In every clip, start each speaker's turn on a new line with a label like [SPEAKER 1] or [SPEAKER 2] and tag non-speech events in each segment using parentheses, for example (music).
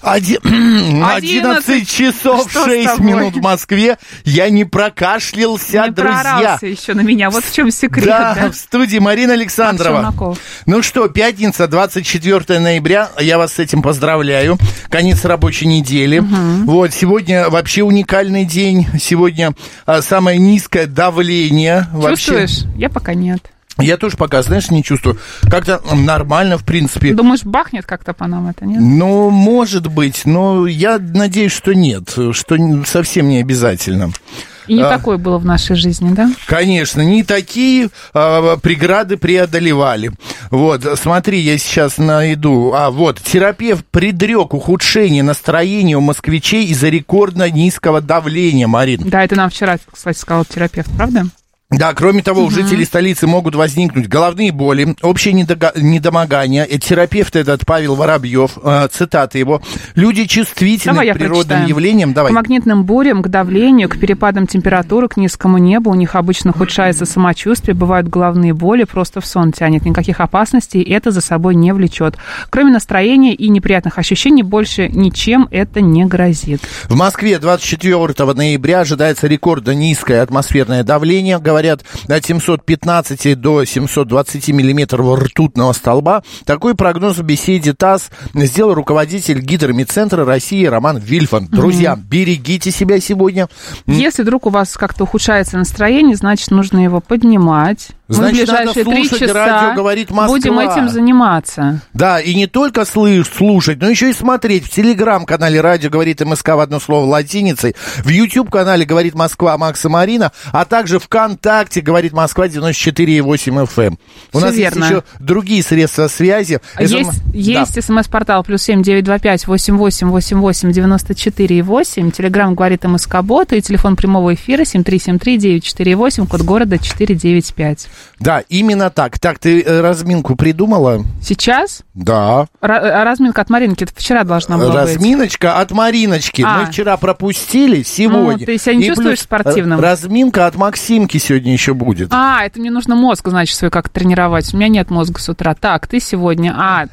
[SPEAKER 1] Оди- (clears throat) 11 часов
[SPEAKER 2] Что с
[SPEAKER 1] 6
[SPEAKER 2] тобой?
[SPEAKER 1] минут в Москве. Я не прокашлялся,
[SPEAKER 2] Не
[SPEAKER 1] друзья.
[SPEAKER 2] прорался еще на меня. Вот в чем секрет.
[SPEAKER 1] да,
[SPEAKER 2] да?
[SPEAKER 1] в студии Марина Александрова.
[SPEAKER 2] Челноков.
[SPEAKER 1] Ну что, пятница, 24 ноября. Я вас с этим поздравляю. Конец рабочей недели. Вот, сегодня вообще уникальный день. Сегодня а, самое низкое давление. Вообще.
[SPEAKER 2] Чувствуешь? Я пока нет.
[SPEAKER 1] Я тоже пока, знаешь, не чувствую. Как-то м, нормально, в принципе.
[SPEAKER 2] Думаешь, бахнет как-то по нам это, нет?
[SPEAKER 1] Ну, может быть, но я надеюсь, что нет, что н- совсем не обязательно.
[SPEAKER 2] И не
[SPEAKER 1] А.
[SPEAKER 2] такое было в нашей жизни, да?
[SPEAKER 1] Конечно, не такие а, преграды преодолевали. Вот, смотри, я сейчас найду. А, вот, терапевт предрек ухудшение настроения у москвичей из-за рекордно низкого давления, Марин.
[SPEAKER 2] Да, это нам вчера, кстати, сказал терапевт, правда?
[SPEAKER 1] Да, кроме того, у жителей столицы могут возникнуть головные боли, общее недога- недомогание. И терапевт этот Павел Воробьев, э, цитата его, «Люди чувствительны
[SPEAKER 2] Давай я
[SPEAKER 1] к природным
[SPEAKER 2] прочитаю.
[SPEAKER 1] явлениям». Давай.
[SPEAKER 2] К магнитным бурям, к давлению, к перепадам температуры, к низкому небу у них обычно ухудшается самочувствие, бывают головные боли, просто в сон тянет. Никаких опасностей это за собой не влечет. Кроме настроения и неприятных ощущений, больше ничем это не грозит.
[SPEAKER 1] В Москве 24 ноября ожидается рекордно низкое атмосферное давление. Говорят, от 715 до 720 миллиметров ртутного столба. Такой прогноз в беседе ТАСС сделал руководитель гидромедцентра России Роман Вильфан. Друзья, берегите себя сегодня.
[SPEAKER 2] Если вдруг у вас как-то ухудшается настроение, значит, нужно его поднимать.
[SPEAKER 1] Значит,
[SPEAKER 2] Мы в ближайшие
[SPEAKER 1] надо
[SPEAKER 2] три
[SPEAKER 1] слушать
[SPEAKER 2] часа
[SPEAKER 1] радио «Говорит Москва».
[SPEAKER 2] будем этим заниматься.
[SPEAKER 1] Да, и не только слы- слушать, но еще и смотреть. В телеграм-канале «Радио говорит МСК» в одно слово латиницей, в YouTube-канале «Говорит Москва» Макса Марина, а также ВКонтакте «Говорит Москва» 94,8 FM. эм. У
[SPEAKER 2] Всё
[SPEAKER 1] нас
[SPEAKER 2] верно.
[SPEAKER 1] есть еще другие средства связи.
[SPEAKER 2] А Есть,
[SPEAKER 1] СМ-
[SPEAKER 2] есть смс-портал плюс семь девять два пять восемь восемь восемь восемь девяносто четыре и восемь. Телеграмм говорит МСК Бот и телефон прямого эфира семь три семь три девять четыре восемь, код города четыре девять пять.
[SPEAKER 1] Да, да, именно так. Так, ты э, разминку придумала?
[SPEAKER 2] Сейчас
[SPEAKER 1] Да.
[SPEAKER 2] ра- э, разминка от Маринки это вчера должна была А, быть.
[SPEAKER 1] Разминочка от Мариночки.
[SPEAKER 2] А. Ну,
[SPEAKER 1] Мы вчера пропустили, сегодня.
[SPEAKER 2] ты себя не
[SPEAKER 1] И
[SPEAKER 2] чувствуешь спортивным?
[SPEAKER 1] э, Разминка от Максимки сегодня еще будет.
[SPEAKER 2] А, это мне нужно мозг, значит, свой как тренировать. У меня нет мозга с утра. Так, ты сегодня... А,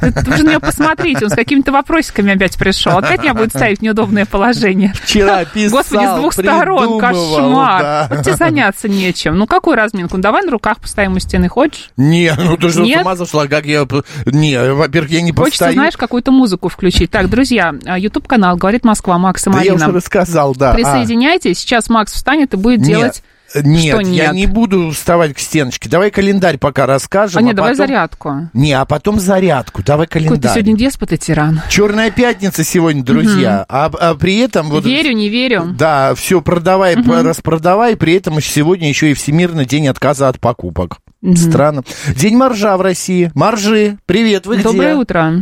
[SPEAKER 2] ты должен ее посмотреть. Он с какими-то вопросиками опять пришел. Опять меня будет ставить в неудобное положение.
[SPEAKER 1] Вчера писал,
[SPEAKER 2] (laughs) Господи, с двух сторон,
[SPEAKER 1] придумывал,
[SPEAKER 2] кошмар.
[SPEAKER 1] да.
[SPEAKER 2] Вот тебе заняться нечем. Ну, какую разминку? Ну, давай на руках постоим у стены. Хочешь?
[SPEAKER 1] (laughs) Не, ну ты же
[SPEAKER 2] Нет?
[SPEAKER 1] с ума зашла, как я... п- Не, во-первых, я не
[SPEAKER 2] Хочется,
[SPEAKER 1] постою.
[SPEAKER 2] знаешь, какую-то музыку включить. Так, друзья, а, YouTube-канал «Говорит Москва» Макс и
[SPEAKER 1] да я уже
[SPEAKER 2] Марина.
[SPEAKER 1] рассказал, да. А,
[SPEAKER 2] Присоединяйтесь. Сейчас Макс встанет и будет
[SPEAKER 1] нет,
[SPEAKER 2] делать...
[SPEAKER 1] Нет,
[SPEAKER 2] что
[SPEAKER 1] я
[SPEAKER 2] нет?
[SPEAKER 1] не буду вставать к стеночке. Давай календарь пока расскажем.
[SPEAKER 2] А нет, давай
[SPEAKER 1] потом-
[SPEAKER 2] зарядку.
[SPEAKER 1] Не, а потом зарядку. Давай
[SPEAKER 2] Какой ты
[SPEAKER 1] календарь.
[SPEAKER 2] сегодня деспот и тиран.
[SPEAKER 1] Черная пятница сегодня, друзья. А, а при этом вот.
[SPEAKER 2] Верю, не верю.
[SPEAKER 1] Да, все продавай, п- распродавай. При этом ещё сегодня еще и Всемирный день отказа от покупок. Странно. День моржа в России. Моржи, привет, вы
[SPEAKER 2] Доброе
[SPEAKER 1] где?
[SPEAKER 2] утро.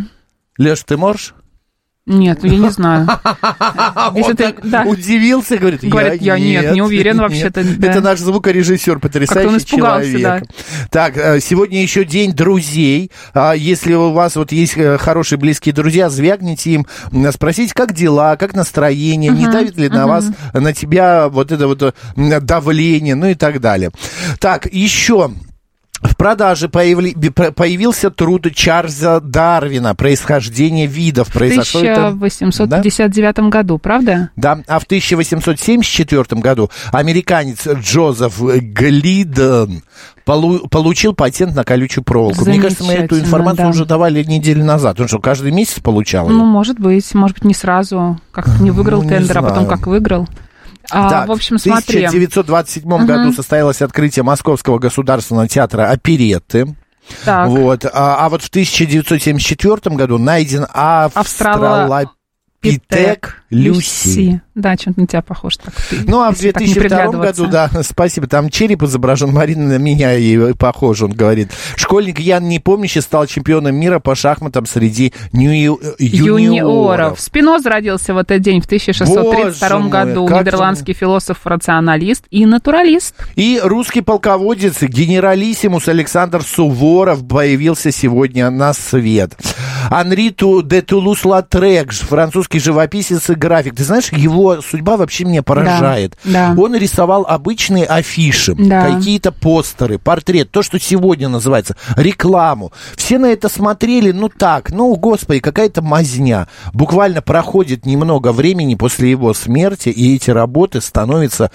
[SPEAKER 1] Леш, ты морж?
[SPEAKER 2] Нет, ну я не
[SPEAKER 1] (laughs)
[SPEAKER 2] знаю. Если
[SPEAKER 1] Он
[SPEAKER 2] ты-
[SPEAKER 1] так
[SPEAKER 2] да.
[SPEAKER 1] удивился, говорит,
[SPEAKER 2] Говорит, я нет, не уверен вообще-то,
[SPEAKER 1] нет».
[SPEAKER 2] да.
[SPEAKER 1] Это наш звукорежиссер, потрясающий
[SPEAKER 2] Как-то он испугался,
[SPEAKER 1] человек. Так, э, сегодня еще день друзей. А Если у вас вот есть э, хорошие близкие друзья, звягните им, м, спросите, как дела, как настроение, не давит ли на вас, э, на тебя вот это вот э, м, давление, ну и так далее. Так, еще... В продаже появли- бе- про- появился труд Чарльза Дарвина «Происхождение видов».
[SPEAKER 2] В
[SPEAKER 1] Произошло это-
[SPEAKER 2] 1859 году, правда?
[SPEAKER 1] да, а в 1874 году американец Джозеф Глиден полу- получил патент на колючую проволоку. Мне кажется, мы эту
[SPEAKER 2] Замечательно,
[SPEAKER 1] информацию
[SPEAKER 2] да.
[SPEAKER 1] уже давали неделю назад. Он что, каждый месяц получал
[SPEAKER 2] Ну,
[SPEAKER 1] ее?
[SPEAKER 2] может быть, может быть, не сразу. Как
[SPEAKER 1] (laughs)
[SPEAKER 2] не выиграл
[SPEAKER 1] Ну, не
[SPEAKER 2] тендер, а потом
[SPEAKER 1] знаю.
[SPEAKER 2] как выиграл. А,
[SPEAKER 1] Так,
[SPEAKER 2] в общем,
[SPEAKER 1] в
[SPEAKER 2] смотри.
[SPEAKER 1] 1927 году состоялось открытие Московского государственного театра «Оперетты».
[SPEAKER 2] Так,
[SPEAKER 1] Вот. А, а вот в 1974 году найден
[SPEAKER 2] Австрало-
[SPEAKER 1] австралопитек. Питек Люси.
[SPEAKER 2] Да, чем-то на тебя похож. Так, ты,
[SPEAKER 1] Ну, а в
[SPEAKER 2] если так не
[SPEAKER 1] 2002
[SPEAKER 2] приглядываться.
[SPEAKER 1] году, да, спасибо, там череп изображен, Марина на меня и похож, он говорит. Школьник Ян Непомнящий стал чемпионом мира по шахматам среди нью-
[SPEAKER 2] юниоров.
[SPEAKER 1] юниоров.
[SPEAKER 2] Спиноза родился в этот день в 1632
[SPEAKER 1] Боже мой,
[SPEAKER 2] году.
[SPEAKER 1] как же
[SPEAKER 2] Нидерландский философ-рационалист и натуралист.
[SPEAKER 1] И русский полководец генералиссимус Александр Суворов появился сегодня на свет. Анри Ту- де Тулус-Латрек, ж- французский живописец и график. Ты знаешь, его судьба вообще меня поражает.
[SPEAKER 2] да.
[SPEAKER 1] Он рисовал обычные афиши,
[SPEAKER 2] Да.
[SPEAKER 1] какие-то постеры, портрет, то, что сегодня называется, рекламу. Все на это смотрели, ну так, ну, господи, какая-то мазня. Буквально проходит немного времени после его смерти, и эти работы становятся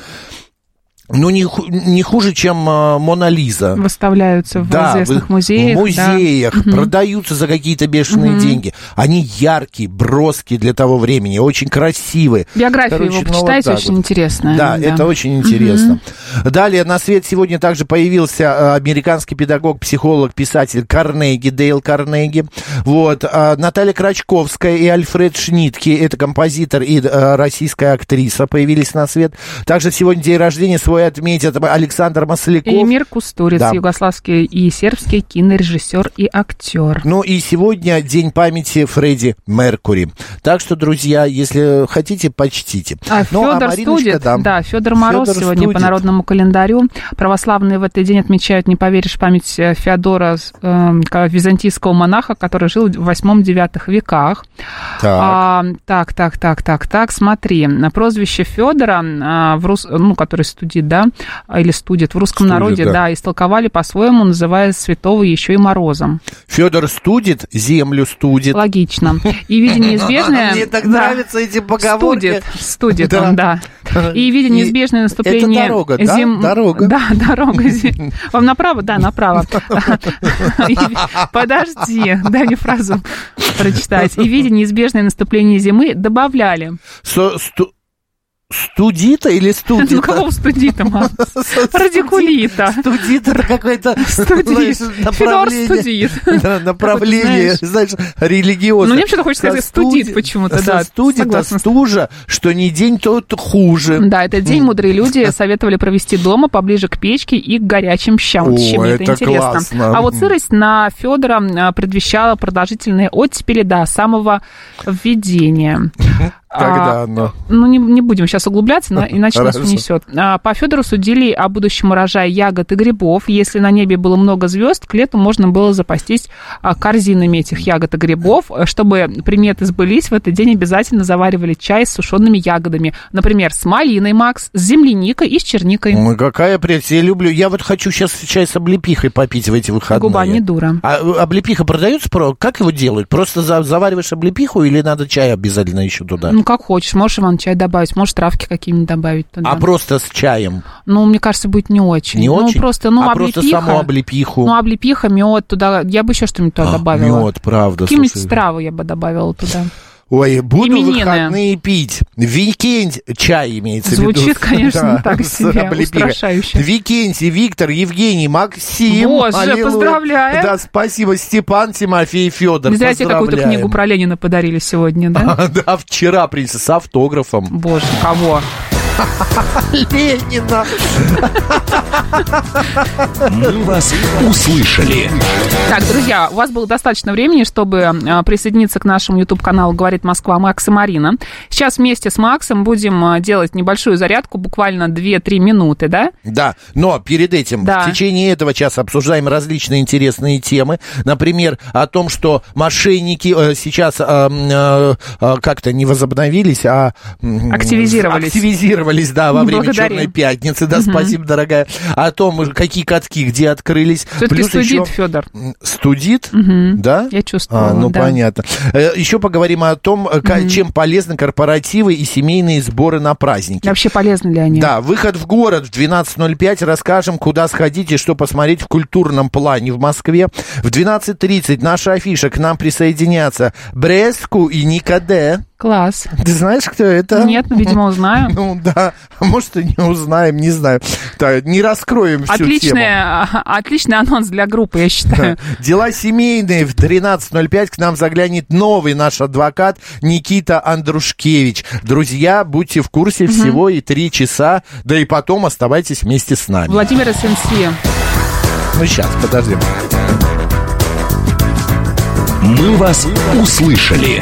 [SPEAKER 1] ну, не, ху- не хуже, чем э, Мона Лиза.
[SPEAKER 2] Выставляются в известных
[SPEAKER 1] в-
[SPEAKER 2] музеях.
[SPEAKER 1] В
[SPEAKER 2] да.
[SPEAKER 1] музеях продаются за какие-то бешеные деньги. Они яркие, броские для того времени, очень красивые.
[SPEAKER 2] Биографию
[SPEAKER 1] Короче,
[SPEAKER 2] его
[SPEAKER 1] ну, вот
[SPEAKER 2] почитайте,
[SPEAKER 1] так
[SPEAKER 2] очень
[SPEAKER 1] вот.
[SPEAKER 2] интересная.
[SPEAKER 1] Да, это очень интересно. Далее на свет сегодня также появился э, американский педагог, психолог, писатель Карнеги, Дейл Карнеги. Вот. а Наталья Крачковская и Альфред Шнитки, это композитор и э, российская актриса, появились на свет. Также сегодня день рождения свой отметят Александр Масляков.
[SPEAKER 2] И Эмир Кустуриц,
[SPEAKER 1] Да.
[SPEAKER 2] югославский и сербский кинорежиссер и актер.
[SPEAKER 1] Ну и сегодня день памяти Фредди Меркури. Так что, друзья, если хотите, почтите.
[SPEAKER 2] А
[SPEAKER 1] Ну,
[SPEAKER 2] Федор
[SPEAKER 1] Мариночка,
[SPEAKER 2] Студит, да, Федор Мороз
[SPEAKER 1] Фёдор
[SPEAKER 2] сегодня
[SPEAKER 1] Студит.
[SPEAKER 2] по народному календарю. Православные в этот день отмечают, не поверишь, память э, Феодора, э, к- византийского монаха, который жил в 8-9 веках.
[SPEAKER 1] Так.
[SPEAKER 2] А, так, так, так, так, так, смотри, на прозвище Федора, в рус... ну, который студит, да, а, или студит в русском
[SPEAKER 1] Студит,
[SPEAKER 2] народе,
[SPEAKER 1] да.
[SPEAKER 2] да. истолковали по-своему, называя святого еще и Морозом.
[SPEAKER 1] Федор Студит, землю студит.
[SPEAKER 2] Логично. И видя
[SPEAKER 1] (laughs)
[SPEAKER 2] неизбежное...
[SPEAKER 1] Ну, а Мне так
[SPEAKER 2] Да.
[SPEAKER 1] нравятся эти поговорки.
[SPEAKER 2] Студит, студит он, да. И видя
[SPEAKER 1] И
[SPEAKER 2] неизбежное наступление...
[SPEAKER 1] это дорога, да? Дорога.
[SPEAKER 2] Да, дорога.
[SPEAKER 1] (laughs)
[SPEAKER 2] зим- Вам направо? Да, направо. (laughs) И- Подожди, дай мне фразу прочитать. И видя неизбежное наступление зимы, добавляли.
[SPEAKER 1] Со- сту- Студита или студита?
[SPEAKER 2] Ну, (laughs)
[SPEAKER 1] (laughs)
[SPEAKER 2] какого студита, мам?
[SPEAKER 1] Студит.
[SPEAKER 2] Радикулита.
[SPEAKER 1] Студит это
[SPEAKER 2] (laughs)
[SPEAKER 1] какое-то
[SPEAKER 2] Студит.
[SPEAKER 1] знаешь,
[SPEAKER 2] Федор
[SPEAKER 1] направление.
[SPEAKER 2] студит.
[SPEAKER 1] Да, направление,
[SPEAKER 2] Ты
[SPEAKER 1] знаешь, религиозное.
[SPEAKER 2] Ну, мне вообще-то хочется сказать, студит
[SPEAKER 1] Студи-
[SPEAKER 2] почему-то, да,
[SPEAKER 1] Студит, а
[SPEAKER 2] согласна с-
[SPEAKER 1] стужа, что не день, тот хуже.
[SPEAKER 2] Да, этот день мудрые люди советовали провести дома поближе к печке и к горячим щам.
[SPEAKER 1] О,
[SPEAKER 2] Чем это,
[SPEAKER 1] это
[SPEAKER 2] интересно?
[SPEAKER 1] классно.
[SPEAKER 2] А вот сырость на Федора а, предвещала продолжительные оттепели до самого введения.
[SPEAKER 1] Когда
[SPEAKER 2] А,
[SPEAKER 1] оно?
[SPEAKER 2] Ну, не, не будем сейчас углубляться,
[SPEAKER 1] (laughs)
[SPEAKER 2] но иначе нас
[SPEAKER 1] Хорошо.
[SPEAKER 2] унесет. А, По Федору судили о будущем урожае ягод и грибов. Если на небе было много звезд, к лету можно было запастись а, корзинами этих ягод и грибов. Э, Чтобы приметы сбылись, в этот день обязательно заваривали чай с сушеными ягодами. Например, с малиной, Макс, с земляникой и с черникой.
[SPEAKER 1] Ой, какая прелесть, я люблю. Я вот хочу сейчас чай с облепихой попить в эти выходные.
[SPEAKER 2] Губа не дура.
[SPEAKER 1] А э, облепиха продается? про- Как его делают? Просто за- завариваешь облепиху или надо чай обязательно еще туда?
[SPEAKER 2] Ну, как хочешь. Можешь Иван чай добавить, можешь травки какие-нибудь добавить туда.
[SPEAKER 1] А просто с чаем?
[SPEAKER 2] Ну, мне кажется, будет не очень.
[SPEAKER 1] Не
[SPEAKER 2] ну,
[SPEAKER 1] очень?
[SPEAKER 2] просто, ну,
[SPEAKER 1] а
[SPEAKER 2] облепиха.
[SPEAKER 1] просто саму облепиху?
[SPEAKER 2] Ну, облепиха, мед туда. Я бы еще что-нибудь туда
[SPEAKER 1] А,
[SPEAKER 2] добавила.
[SPEAKER 1] Мед, правда.
[SPEAKER 2] Какие-нибудь
[SPEAKER 1] слушай.
[SPEAKER 2] травы я бы добавила туда.
[SPEAKER 1] Ой, буду
[SPEAKER 2] Именины.
[SPEAKER 1] выходные пить. Викенд, чай имеется в виду. (laughs)
[SPEAKER 2] Звучит, конечно,
[SPEAKER 1] Да,
[SPEAKER 2] так
[SPEAKER 1] с
[SPEAKER 2] себе,
[SPEAKER 1] облепихой.
[SPEAKER 2] устрашающе.
[SPEAKER 1] Викентий, Виктор, Евгений, Максим.
[SPEAKER 2] Боже, поздравляем.
[SPEAKER 1] Да, спасибо, Степан, Тимофей, Федор.
[SPEAKER 2] Не зря тебе какую-то книгу про Ленина подарили сегодня, да?
[SPEAKER 1] (laughs) Да, вчера принес с автографом.
[SPEAKER 2] Боже, кого?
[SPEAKER 1] Ленина.
[SPEAKER 3] Мы вас услышали.
[SPEAKER 2] Так, друзья, у вас было достаточно времени, чтобы э, присоединиться к нашему YouTube-каналу «Говорит Москва» Макс и Марина. Сейчас вместе с Максом будем э, делать небольшую зарядку, буквально 2-3 минуты, да?
[SPEAKER 1] Да, но перед этим
[SPEAKER 2] Да.
[SPEAKER 1] в течение этого часа обсуждаем различные интересные темы. Например, о том, что мошенники э, сейчас э, м, э, э, как-то не возобновились, а м,
[SPEAKER 2] Активизировались.
[SPEAKER 1] Активизировались, да, во время
[SPEAKER 2] Благодарим.
[SPEAKER 1] Черной пятницы. Да, спасибо, дорогая. О том, какие катки где открылись.
[SPEAKER 2] Все-таки
[SPEAKER 1] Плюс
[SPEAKER 2] студит,
[SPEAKER 1] еще-
[SPEAKER 2] Федор.
[SPEAKER 1] М, Студит, да?
[SPEAKER 2] Я чувствовала,
[SPEAKER 1] А, ну,
[SPEAKER 2] да.
[SPEAKER 1] понятно. Еще поговорим о том, э, ка- чем полезны корпоративы и семейные сборы на праздники.
[SPEAKER 2] Вообще полезны ли они?
[SPEAKER 1] Да, выход в город в 12.05. Расскажем, куда сходить и что посмотреть в культурном плане в Москве. В 12.30 наша афиша. К нам присоединятся Бреску и Никаде.
[SPEAKER 2] Класс.
[SPEAKER 1] Ты знаешь, кто это?
[SPEAKER 2] Нет, ну, видимо, узнаю.
[SPEAKER 1] Ну да, а может и не узнаем, не знаю. Так, не раскроем всю тему.
[SPEAKER 2] Отличная, (laughs) отличный анонс для группы, я считаю.
[SPEAKER 1] Дела семейные. В 13.05 к нам заглянет новый наш адвокат Никита Андрушкевич. Друзья, будьте в курсе всего и три часа, да и потом оставайтесь вместе с нами.
[SPEAKER 2] Владимира Сенсия.
[SPEAKER 1] Ну сейчас, подожди.
[SPEAKER 3] «Мы вас услышали».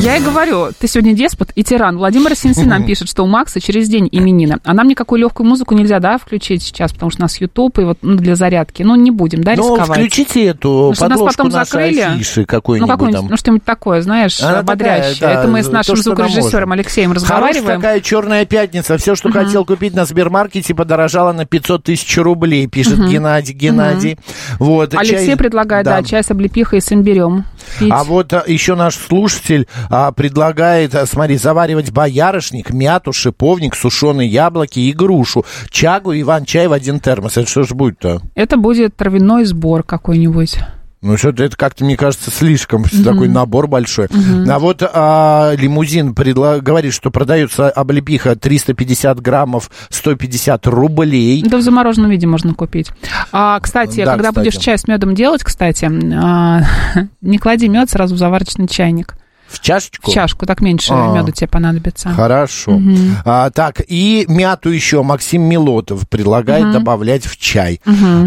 [SPEAKER 2] Я и говорю, ты сегодня деспот и тиран. Владимир Синси
[SPEAKER 1] (laughs)
[SPEAKER 2] нам пишет, что у Макса через день именина. А нам никакую легкую музыку нельзя, да, включить сейчас, потому что у нас Ютуб и вот ну, для зарядки. Ну, не будем, да,
[SPEAKER 1] Ну,
[SPEAKER 2] рисковать.
[SPEAKER 1] включите эту
[SPEAKER 2] Ну, что нас
[SPEAKER 1] подложку
[SPEAKER 2] потом
[SPEAKER 1] нашей
[SPEAKER 2] закрыли.
[SPEAKER 1] афиши
[SPEAKER 2] ну,
[SPEAKER 1] какой-нибудь
[SPEAKER 2] какую-нибудь,
[SPEAKER 1] там.
[SPEAKER 2] ну, что-нибудь такое, знаешь,
[SPEAKER 1] Она
[SPEAKER 2] ободряющее.
[SPEAKER 1] такая, да,
[SPEAKER 2] Это мы с
[SPEAKER 1] то,
[SPEAKER 2] нашим
[SPEAKER 1] что нам
[SPEAKER 2] звукорежиссером
[SPEAKER 1] можно.
[SPEAKER 2] Алексеем
[SPEAKER 1] Хорош
[SPEAKER 2] разговариваем.
[SPEAKER 1] такая черная пятница. Все, что хотел купить на Сбермаркете, подорожало на 500 тысяч рублей, пишет Геннадий. Геннадий. Вот,
[SPEAKER 2] Алексей
[SPEAKER 1] чай-
[SPEAKER 2] предлагает, да. чай с облепихой и с имбирем. Пить.
[SPEAKER 1] А вот а, еще наш слушатель а, предлагает, а, смотри, заваривать боярышник, мяту, шиповник, сушеные яблоки и грушу, чагу и иван-чай в один термос. Это что ж будет-то?
[SPEAKER 2] Это будет травяной сбор какой-нибудь.
[SPEAKER 1] Ну, что-то это как-то, мне кажется, слишком такой набор большой. А вот а, лимузин предла- говорит, что продается облепиха 350 граммов 150 рублей.
[SPEAKER 2] Да в замороженном виде можно купить. А, кстати,
[SPEAKER 1] Да,
[SPEAKER 2] когда
[SPEAKER 1] кстати.
[SPEAKER 2] будешь чай с медом делать, кстати, а, (laughs) не клади мед сразу в заварочный чайник.
[SPEAKER 1] В чашечку?
[SPEAKER 2] В чашку, так меньше
[SPEAKER 1] А.
[SPEAKER 2] меда тебе понадобится.
[SPEAKER 1] Хорошо. А, так, и мяту еще Максим Милотов предлагает добавлять в чай.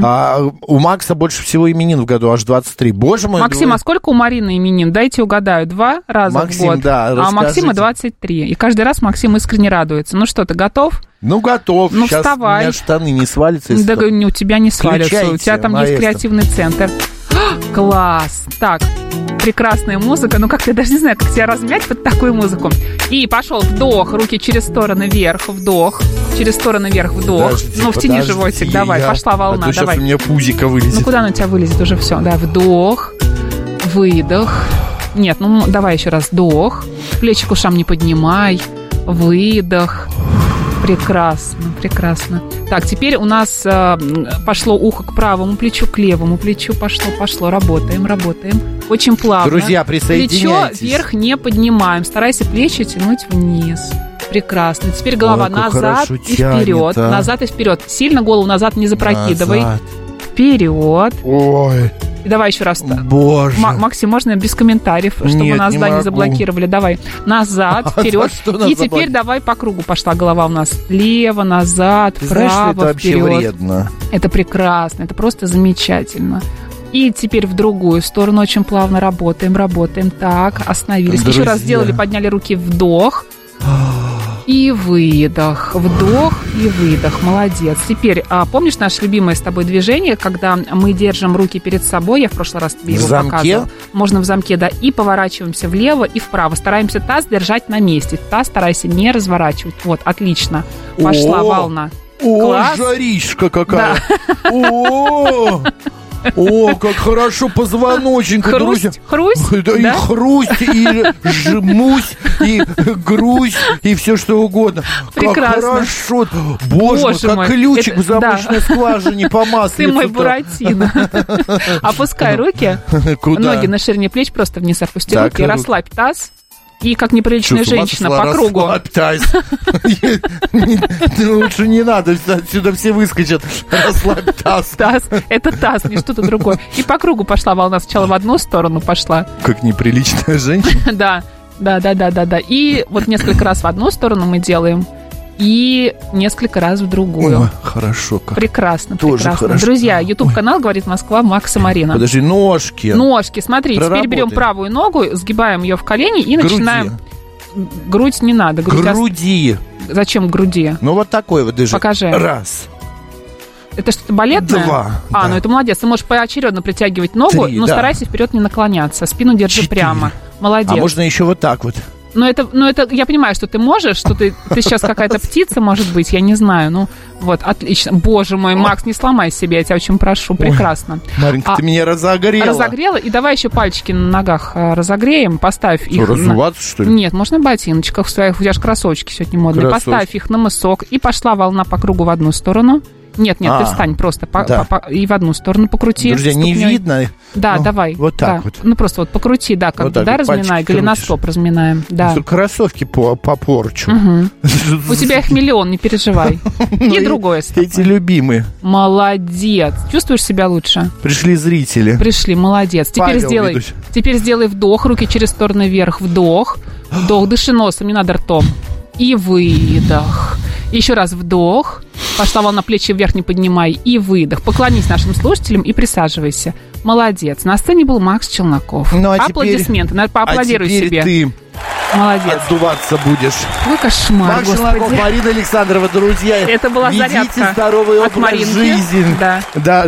[SPEAKER 1] А, у Макса больше всего именин в году, аж 23. Боже мой.
[SPEAKER 2] Максим,
[SPEAKER 1] ну,
[SPEAKER 2] а сколько у Марины именин? Дайте угадаю, два раза
[SPEAKER 1] Максим,
[SPEAKER 2] в год.
[SPEAKER 1] да,
[SPEAKER 2] а у Максима
[SPEAKER 1] расскажите.
[SPEAKER 2] 23. И каждый раз Максим искренне радуется. Ну что, ты готов?
[SPEAKER 1] Ну, готов.
[SPEAKER 2] Ну,
[SPEAKER 1] Сейчас
[SPEAKER 2] вставай.
[SPEAKER 1] у меня штаны не свалятся. если
[SPEAKER 2] Да
[SPEAKER 1] так.
[SPEAKER 2] не, у тебя не свалится. У
[SPEAKER 1] Включайте,
[SPEAKER 2] тебя там есть
[SPEAKER 1] маэстро.
[SPEAKER 2] креативный центр. А, Класс! Так, прекрасная музыка. Ну как-то я даже не знаю, как тебя размять под такую музыку. И пошел вдох, руки через стороны вверх, вдох, через стороны вверх, вдох.
[SPEAKER 1] Подожди,
[SPEAKER 2] ну втяни
[SPEAKER 1] подожди,
[SPEAKER 2] животик, давай,
[SPEAKER 1] я-
[SPEAKER 2] пошла
[SPEAKER 1] а
[SPEAKER 2] волна,
[SPEAKER 1] то сейчас
[SPEAKER 2] давай.
[SPEAKER 1] у меня пузико вылезет.
[SPEAKER 2] Ну куда она у тебя вылезет уже все? Да, вдох, выдох. Нет, ну м, давай еще раз. Вдох. Плечи к ушам не поднимай. Выдох. Прекрасно, прекрасно. Так, теперь у нас э, м, пошло ухо к правому плечу, к левому плечу. Пошло, пошло. Работаем, работаем. Очень плавно.
[SPEAKER 1] Друзья,
[SPEAKER 2] Плечо
[SPEAKER 1] присоединяйтесь.
[SPEAKER 2] вверх не поднимаем. Старайся плечи тянуть вниз. Прекрасно. Теперь голова
[SPEAKER 1] Ой,
[SPEAKER 2] назад
[SPEAKER 1] как хорошо
[SPEAKER 2] и
[SPEAKER 1] тянет,
[SPEAKER 2] вперед.
[SPEAKER 1] а.
[SPEAKER 2] Назад и вперед. Сильно голову назад не запрокидывай.
[SPEAKER 1] Назад.
[SPEAKER 2] Вперед.
[SPEAKER 1] Ой,
[SPEAKER 2] И Давай еще раз.
[SPEAKER 1] боже.
[SPEAKER 2] Ма- Максим, можно без комментариев, чтобы
[SPEAKER 1] Нет,
[SPEAKER 2] нас
[SPEAKER 1] не
[SPEAKER 2] да, не
[SPEAKER 1] могу. А
[SPEAKER 2] заблокировали. Давай.
[SPEAKER 1] (laughs)
[SPEAKER 2] Назад, вперед.
[SPEAKER 1] что нас
[SPEAKER 2] И теперь
[SPEAKER 1] заблокировали?
[SPEAKER 2] давай по кругу пошла голова у нас. Лево, назад,
[SPEAKER 1] Ты знаешь, что это
[SPEAKER 2] вправо,
[SPEAKER 1] вообще
[SPEAKER 2] вперед.
[SPEAKER 1] вредно?
[SPEAKER 2] Это прекрасно, это просто замечательно. И теперь в другую сторону очень плавно работаем, работаем. Так, остановились. Еще раз
[SPEAKER 1] Друзья.
[SPEAKER 2] сделали, подняли руки вдох. И выдох, вдох и выдох. Молодец. Теперь, а, помнишь наше любимое с тобой движение, когда мы держим руки перед собой, я в прошлый раз тебе
[SPEAKER 1] В
[SPEAKER 2] его
[SPEAKER 1] замке?
[SPEAKER 2] показывала. Можно в замке, да, и поворачиваемся влево и вправо. Стараемся таз держать на месте. Таз старайся не разворачивать. Вот, отлично. Пошла
[SPEAKER 1] О!
[SPEAKER 2] волна.
[SPEAKER 1] О,
[SPEAKER 2] Класс.
[SPEAKER 1] жаришка какая. О, о, как хорошо позвоночник, друзья.
[SPEAKER 2] Хрусть, хрусть,
[SPEAKER 1] (laughs) Да, и
[SPEAKER 2] да?
[SPEAKER 1] хрусть, и жмусь, и грусть, и все что угодно.
[SPEAKER 2] Прекрасно.
[SPEAKER 1] Как хорошо. Боже, мой,
[SPEAKER 2] Боже
[SPEAKER 1] как
[SPEAKER 2] мой,
[SPEAKER 1] ключик
[SPEAKER 2] это-
[SPEAKER 1] в замочной скважине по маслу.
[SPEAKER 2] Ты мой
[SPEAKER 1] (laughs)
[SPEAKER 2] Буратино. Опускай руки,
[SPEAKER 1] Куда?
[SPEAKER 2] ноги на ширине плеч просто вниз опусти
[SPEAKER 1] Так,
[SPEAKER 2] руки,
[SPEAKER 1] руки.
[SPEAKER 2] расслабь таз. И как
[SPEAKER 1] Чё,
[SPEAKER 2] неприличная
[SPEAKER 1] с ума
[SPEAKER 2] женщина
[SPEAKER 1] сошла?
[SPEAKER 2] по кругу.
[SPEAKER 1] Расслабьтесь. Ну, Лучше не надо, отсюда все выскочат. Расслабь таз.
[SPEAKER 2] Таз. Это таз, не что-то другое. И по кругу пошла волна. Сначала в одну сторону пошла. (laughs)
[SPEAKER 1] Как неприличная женщина.
[SPEAKER 2] Да, да, да, да, да, да. И вот несколько раз в одну сторону мы делаем. И несколько раз в
[SPEAKER 1] Ой,
[SPEAKER 2] другую.
[SPEAKER 1] хорошо как.
[SPEAKER 2] Прекрасно,
[SPEAKER 1] Тоже
[SPEAKER 2] прекрасно.
[SPEAKER 1] хорошо.
[SPEAKER 2] Друзья, YouTube-канал «Говорит Москва» Макса Марина.
[SPEAKER 1] Подожди, ножки.
[SPEAKER 2] Ножки, смотри, теперь
[SPEAKER 1] Проработай.
[SPEAKER 2] берем правую ногу, сгибаем ее в колени и
[SPEAKER 1] Груди.
[SPEAKER 2] начинаем... Грудь не надо. Грудь ост-
[SPEAKER 1] Груди.
[SPEAKER 2] Зачем груди?
[SPEAKER 1] Ну вот такой вот даже.
[SPEAKER 2] Покажи.
[SPEAKER 1] Раз. А
[SPEAKER 2] Это что-то балетное?
[SPEAKER 1] Два,
[SPEAKER 2] А,
[SPEAKER 1] да.
[SPEAKER 2] ну это молодец. Ты можешь поочередно притягивать ногу,
[SPEAKER 1] Три,
[SPEAKER 2] но
[SPEAKER 1] да.
[SPEAKER 2] старайся вперед не наклоняться. Спину держи
[SPEAKER 1] Четыре.
[SPEAKER 2] прямо. Молодец.
[SPEAKER 1] А можно еще вот так вот.
[SPEAKER 2] Но это, но это, я понимаю, что ты можешь, что ты, ты сейчас какая-то птица, может быть, я не знаю. Ну, вот, отлично. Боже мой, Макс, не сломай себе, я тебя очень прошу. Прекрасно.
[SPEAKER 1] Маринка,
[SPEAKER 2] А-
[SPEAKER 1] ты меня разогрела.
[SPEAKER 2] Разогрела. И давай еще пальчики на ногах э, разогреем. Поставь
[SPEAKER 1] Что,
[SPEAKER 2] их... на-
[SPEAKER 1] Разуваться, что ли?
[SPEAKER 2] Нет, можно в ботиночках в своих. У тебя же кроссовочки сегодня модные.
[SPEAKER 1] Кроссовки.
[SPEAKER 2] Поставь их на мысок. И пошла волна по кругу в одну сторону. Нет, нет,
[SPEAKER 1] А.
[SPEAKER 2] ты встань просто по-
[SPEAKER 1] Да.
[SPEAKER 2] по- по- и в одну сторону покрути.
[SPEAKER 1] Друзья, не
[SPEAKER 2] ступней.
[SPEAKER 1] видно.
[SPEAKER 2] Да,
[SPEAKER 1] Ну,
[SPEAKER 2] давай.
[SPEAKER 1] Вот так
[SPEAKER 2] да.
[SPEAKER 1] вот.
[SPEAKER 2] Ну просто вот покрути, да, как
[SPEAKER 1] Вот
[SPEAKER 2] бы,
[SPEAKER 1] так
[SPEAKER 2] да,
[SPEAKER 1] вот,
[SPEAKER 2] разминай,
[SPEAKER 1] пальчики
[SPEAKER 2] голеностоп разминаем. Да.
[SPEAKER 1] Что Кроссовки по попорчу.
[SPEAKER 2] У тебя их миллион, не
[SPEAKER 1] (laughs)
[SPEAKER 2] переживай.
[SPEAKER 1] Ну
[SPEAKER 2] И другое. с тобой.
[SPEAKER 1] Эти любимые.
[SPEAKER 2] Молодец. Чувствуешь себя лучше?
[SPEAKER 1] Пришли зрители.
[SPEAKER 2] Пришли, молодец. Теперь
[SPEAKER 1] Павел
[SPEAKER 2] сделай.
[SPEAKER 1] ведущий.
[SPEAKER 2] Теперь сделай вдох, руки через стороны вверх, вдох, вдох, дыши носом, не надо ртом. И выдох. Еще раз вдох. Пошла волна плечи вверх не поднимай. И выдох. Поклонись нашим слушателям и присаживайся. Молодец. На сцене был Макс Челноков.
[SPEAKER 1] Ну, а теперь-
[SPEAKER 2] Аплодисменты. На-
[SPEAKER 1] А
[SPEAKER 2] Поаплодируй
[SPEAKER 1] теперь
[SPEAKER 2] себе.
[SPEAKER 1] ты
[SPEAKER 2] Молодец.
[SPEAKER 1] отдуваться будешь.
[SPEAKER 2] Какой кошмар,
[SPEAKER 1] Макс
[SPEAKER 2] господи.
[SPEAKER 1] Челноков, Марина Александрова, друзья.
[SPEAKER 2] Это была
[SPEAKER 1] Ведите
[SPEAKER 2] зарядка
[SPEAKER 1] здоровый
[SPEAKER 2] от
[SPEAKER 1] образ
[SPEAKER 2] Маринки.
[SPEAKER 1] жизни.
[SPEAKER 2] Да.
[SPEAKER 1] э, э,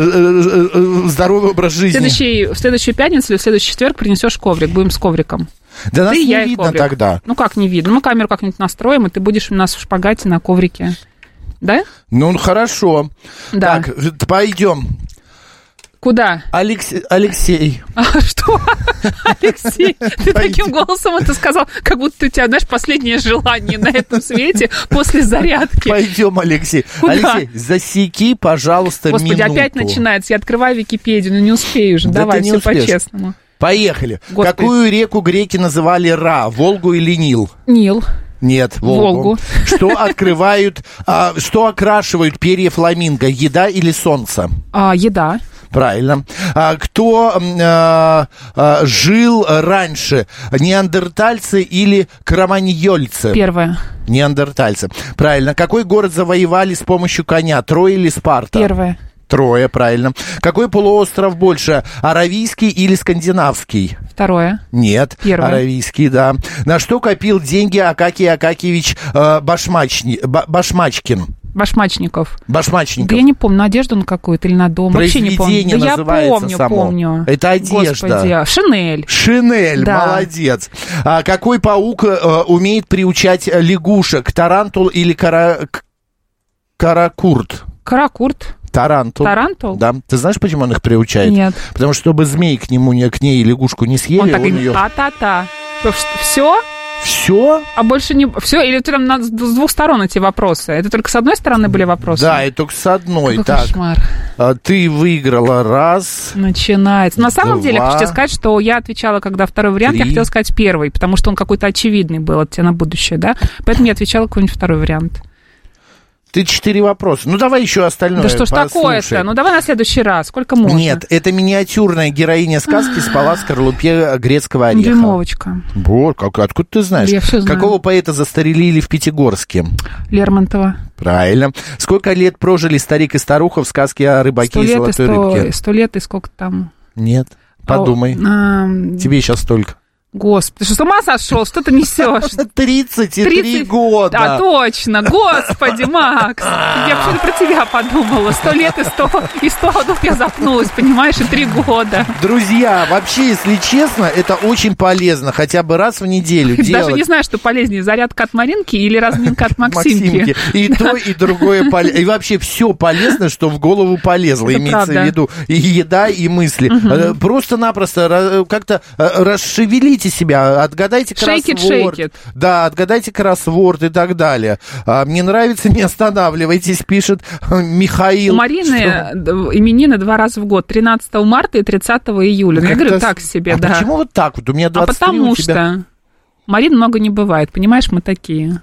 [SPEAKER 1] э, здоровый образ
[SPEAKER 2] В
[SPEAKER 1] жизни.
[SPEAKER 2] следующий, в следующую пятницу или в следующий четверг принесешь коврик. Будем с ковриком.
[SPEAKER 1] Да нас
[SPEAKER 2] Ты,
[SPEAKER 1] не
[SPEAKER 2] я и
[SPEAKER 1] видно
[SPEAKER 2] коврик.
[SPEAKER 1] тогда.
[SPEAKER 2] Ну как не видно? Мы камеру как-нибудь настроим, и ты будешь у нас в шпагате на коврике. Да?
[SPEAKER 1] Ну, хорошо.
[SPEAKER 2] Да.
[SPEAKER 1] Так, э, пойдем.
[SPEAKER 2] Куда? (laughs)
[SPEAKER 1] Алекс- Алексей.
[SPEAKER 2] А, что? Алексей, ты таким голосом это сказал, как будто у тебя, знаешь, последнее желание на этом свете после зарядки.
[SPEAKER 1] Пойдем, Алексей.
[SPEAKER 2] Куда?
[SPEAKER 1] Алексей, засеки, пожалуйста,
[SPEAKER 2] Господи,
[SPEAKER 1] минуту.
[SPEAKER 2] опять начинается. Я открываю Википедию, но не успею уже.
[SPEAKER 1] Да
[SPEAKER 2] Давай,
[SPEAKER 1] ты не
[SPEAKER 2] все
[SPEAKER 1] успеешь.
[SPEAKER 2] по-честному.
[SPEAKER 1] Поехали.
[SPEAKER 2] Господи.
[SPEAKER 1] Какую реку греки называли Ра? Волгу или Нил?
[SPEAKER 2] Нил.
[SPEAKER 1] Нет, Волгу.
[SPEAKER 2] Волгу.
[SPEAKER 1] Что открывают, а, что окрашивают перья фламинго? Еда или солнце?
[SPEAKER 2] А, еда.
[SPEAKER 1] Правильно. А, кто м, а, а, жил раньше? Неандертальцы или кроманьольцы?
[SPEAKER 2] Первое.
[SPEAKER 1] Неандертальцы. Правильно. Какой город завоевали с помощью коня? Трое или Спарта?
[SPEAKER 2] Первое.
[SPEAKER 1] Трое, правильно. Какой полуостров больше, аравийский или скандинавский?
[SPEAKER 2] Второе.
[SPEAKER 1] Нет,
[SPEAKER 2] Первый.
[SPEAKER 1] аравийский, да. На что копил деньги Акакий Акакевич э, Башмачни- Ба- Башмачкин?
[SPEAKER 2] Башмачников.
[SPEAKER 1] Башмачников.
[SPEAKER 2] Да я не помню, на одежду на какую-то или на дом. Вообще не помню.
[SPEAKER 1] Произведение
[SPEAKER 2] Да я
[SPEAKER 1] называется
[SPEAKER 2] помню,
[SPEAKER 1] само.
[SPEAKER 2] помню.
[SPEAKER 1] Это одежда.
[SPEAKER 2] Господи, а, Шинель.
[SPEAKER 1] Шинель,
[SPEAKER 2] Да.
[SPEAKER 1] молодец. А какой паук э, умеет приучать э, лягушек? Тарантул или кара- к- каракурт?
[SPEAKER 2] Каракурт.
[SPEAKER 1] Тарантул.
[SPEAKER 2] Тарантул?
[SPEAKER 1] Да. Ты знаешь, почему он их приучает?
[SPEAKER 2] Нет.
[SPEAKER 1] Потому что чтобы змей к нему, не, к ней лягушку не съели,
[SPEAKER 2] Он
[SPEAKER 1] он,
[SPEAKER 2] так и
[SPEAKER 1] (laughs) ее...
[SPEAKER 2] та-та-та. Все?
[SPEAKER 1] Все?
[SPEAKER 2] А больше не... Все? Или прям на- с двух сторон эти вопросы? Это только с одной стороны были вопросы?
[SPEAKER 1] Да, и только с одной.
[SPEAKER 2] Какой
[SPEAKER 1] так,
[SPEAKER 2] кошмар.
[SPEAKER 1] а, ты выиграла раз.
[SPEAKER 2] Начинается. На самом
[SPEAKER 1] Два.
[SPEAKER 2] деле, хочу тебе сказать, что я отвечала, когда второй вариант, я
[SPEAKER 1] Три.
[SPEAKER 2] хотела сказать первый, потому что он какой-то очевидный был от тебя на будущее, да? Поэтому я отвечала какой-нибудь второй вариант.
[SPEAKER 1] Ты четыре вопроса. Ну, давай еще остальное
[SPEAKER 2] да что ж
[SPEAKER 1] послушай.
[SPEAKER 2] такое-то? Ну, давай на следующий раз. Сколько можно?
[SPEAKER 1] Нет, это миниатюрная героиня сказки спала в скорлупе грецкого ореха.
[SPEAKER 2] Дюймовочка.
[SPEAKER 1] Вот, как, откуда ты знаешь?
[SPEAKER 2] Да я всё знаю.
[SPEAKER 1] Какого поэта застрелили в Пятигорске?
[SPEAKER 2] Лермонтова.
[SPEAKER 1] Правильно. Сколько лет прожили старик и старуха в сказке о рыбаке
[SPEAKER 2] Сто
[SPEAKER 1] и
[SPEAKER 2] лет и
[SPEAKER 1] золотой
[SPEAKER 2] сто,
[SPEAKER 1] рыбке?
[SPEAKER 2] сто лет и сколько там?
[SPEAKER 1] Нет. Подумай.
[SPEAKER 2] А, ам,
[SPEAKER 1] Тебе сейчас столько.
[SPEAKER 2] Господи, ты что, с ума сошел? Что ты
[SPEAKER 1] (laughs)
[SPEAKER 2] несешь?
[SPEAKER 1] 33
[SPEAKER 2] 30
[SPEAKER 1] года.
[SPEAKER 2] Да, точно. Господи, Макс. Я вообще-то про тебя подумала. Сто лет и сто, и сто годов я запнулась, понимаешь, и три года.
[SPEAKER 1] Друзья, вообще, если честно, это очень полезно. Хотя бы раз в неделю
[SPEAKER 2] (laughs) Даже не
[SPEAKER 1] делать.
[SPEAKER 2] знаю, что полезнее, зарядка от Маринки или разминка
[SPEAKER 1] (laughs)
[SPEAKER 2] от Максимки. (laughs)
[SPEAKER 1] И то, и другое полезно. И вообще все полезно, что в голову полезло.
[SPEAKER 2] Это
[SPEAKER 1] имеется
[SPEAKER 2] правда.
[SPEAKER 1] в виду и еда, и мысли. Э, Просто-напросто ра- как-то э, расшевелите себя, отгадайте
[SPEAKER 2] Shake it,
[SPEAKER 1] кроссворд.
[SPEAKER 2] shake it.
[SPEAKER 1] Да, отгадайте кроссворд и так далее. А, Мне нравится, не останавливайтесь, пишет э, Михаил.
[SPEAKER 2] У Марины
[SPEAKER 1] Что-
[SPEAKER 2] э, именины два раза в год, 13 марта и 30 июля. Ну, Я
[SPEAKER 1] Как-то
[SPEAKER 2] говорю,
[SPEAKER 1] с-
[SPEAKER 2] так себе,
[SPEAKER 1] а
[SPEAKER 2] да.
[SPEAKER 1] почему вот так вот? У меня
[SPEAKER 2] А
[SPEAKER 1] 23, у
[SPEAKER 2] потому
[SPEAKER 1] тебя-
[SPEAKER 2] что Марин много не бывает, понимаешь, мы такие.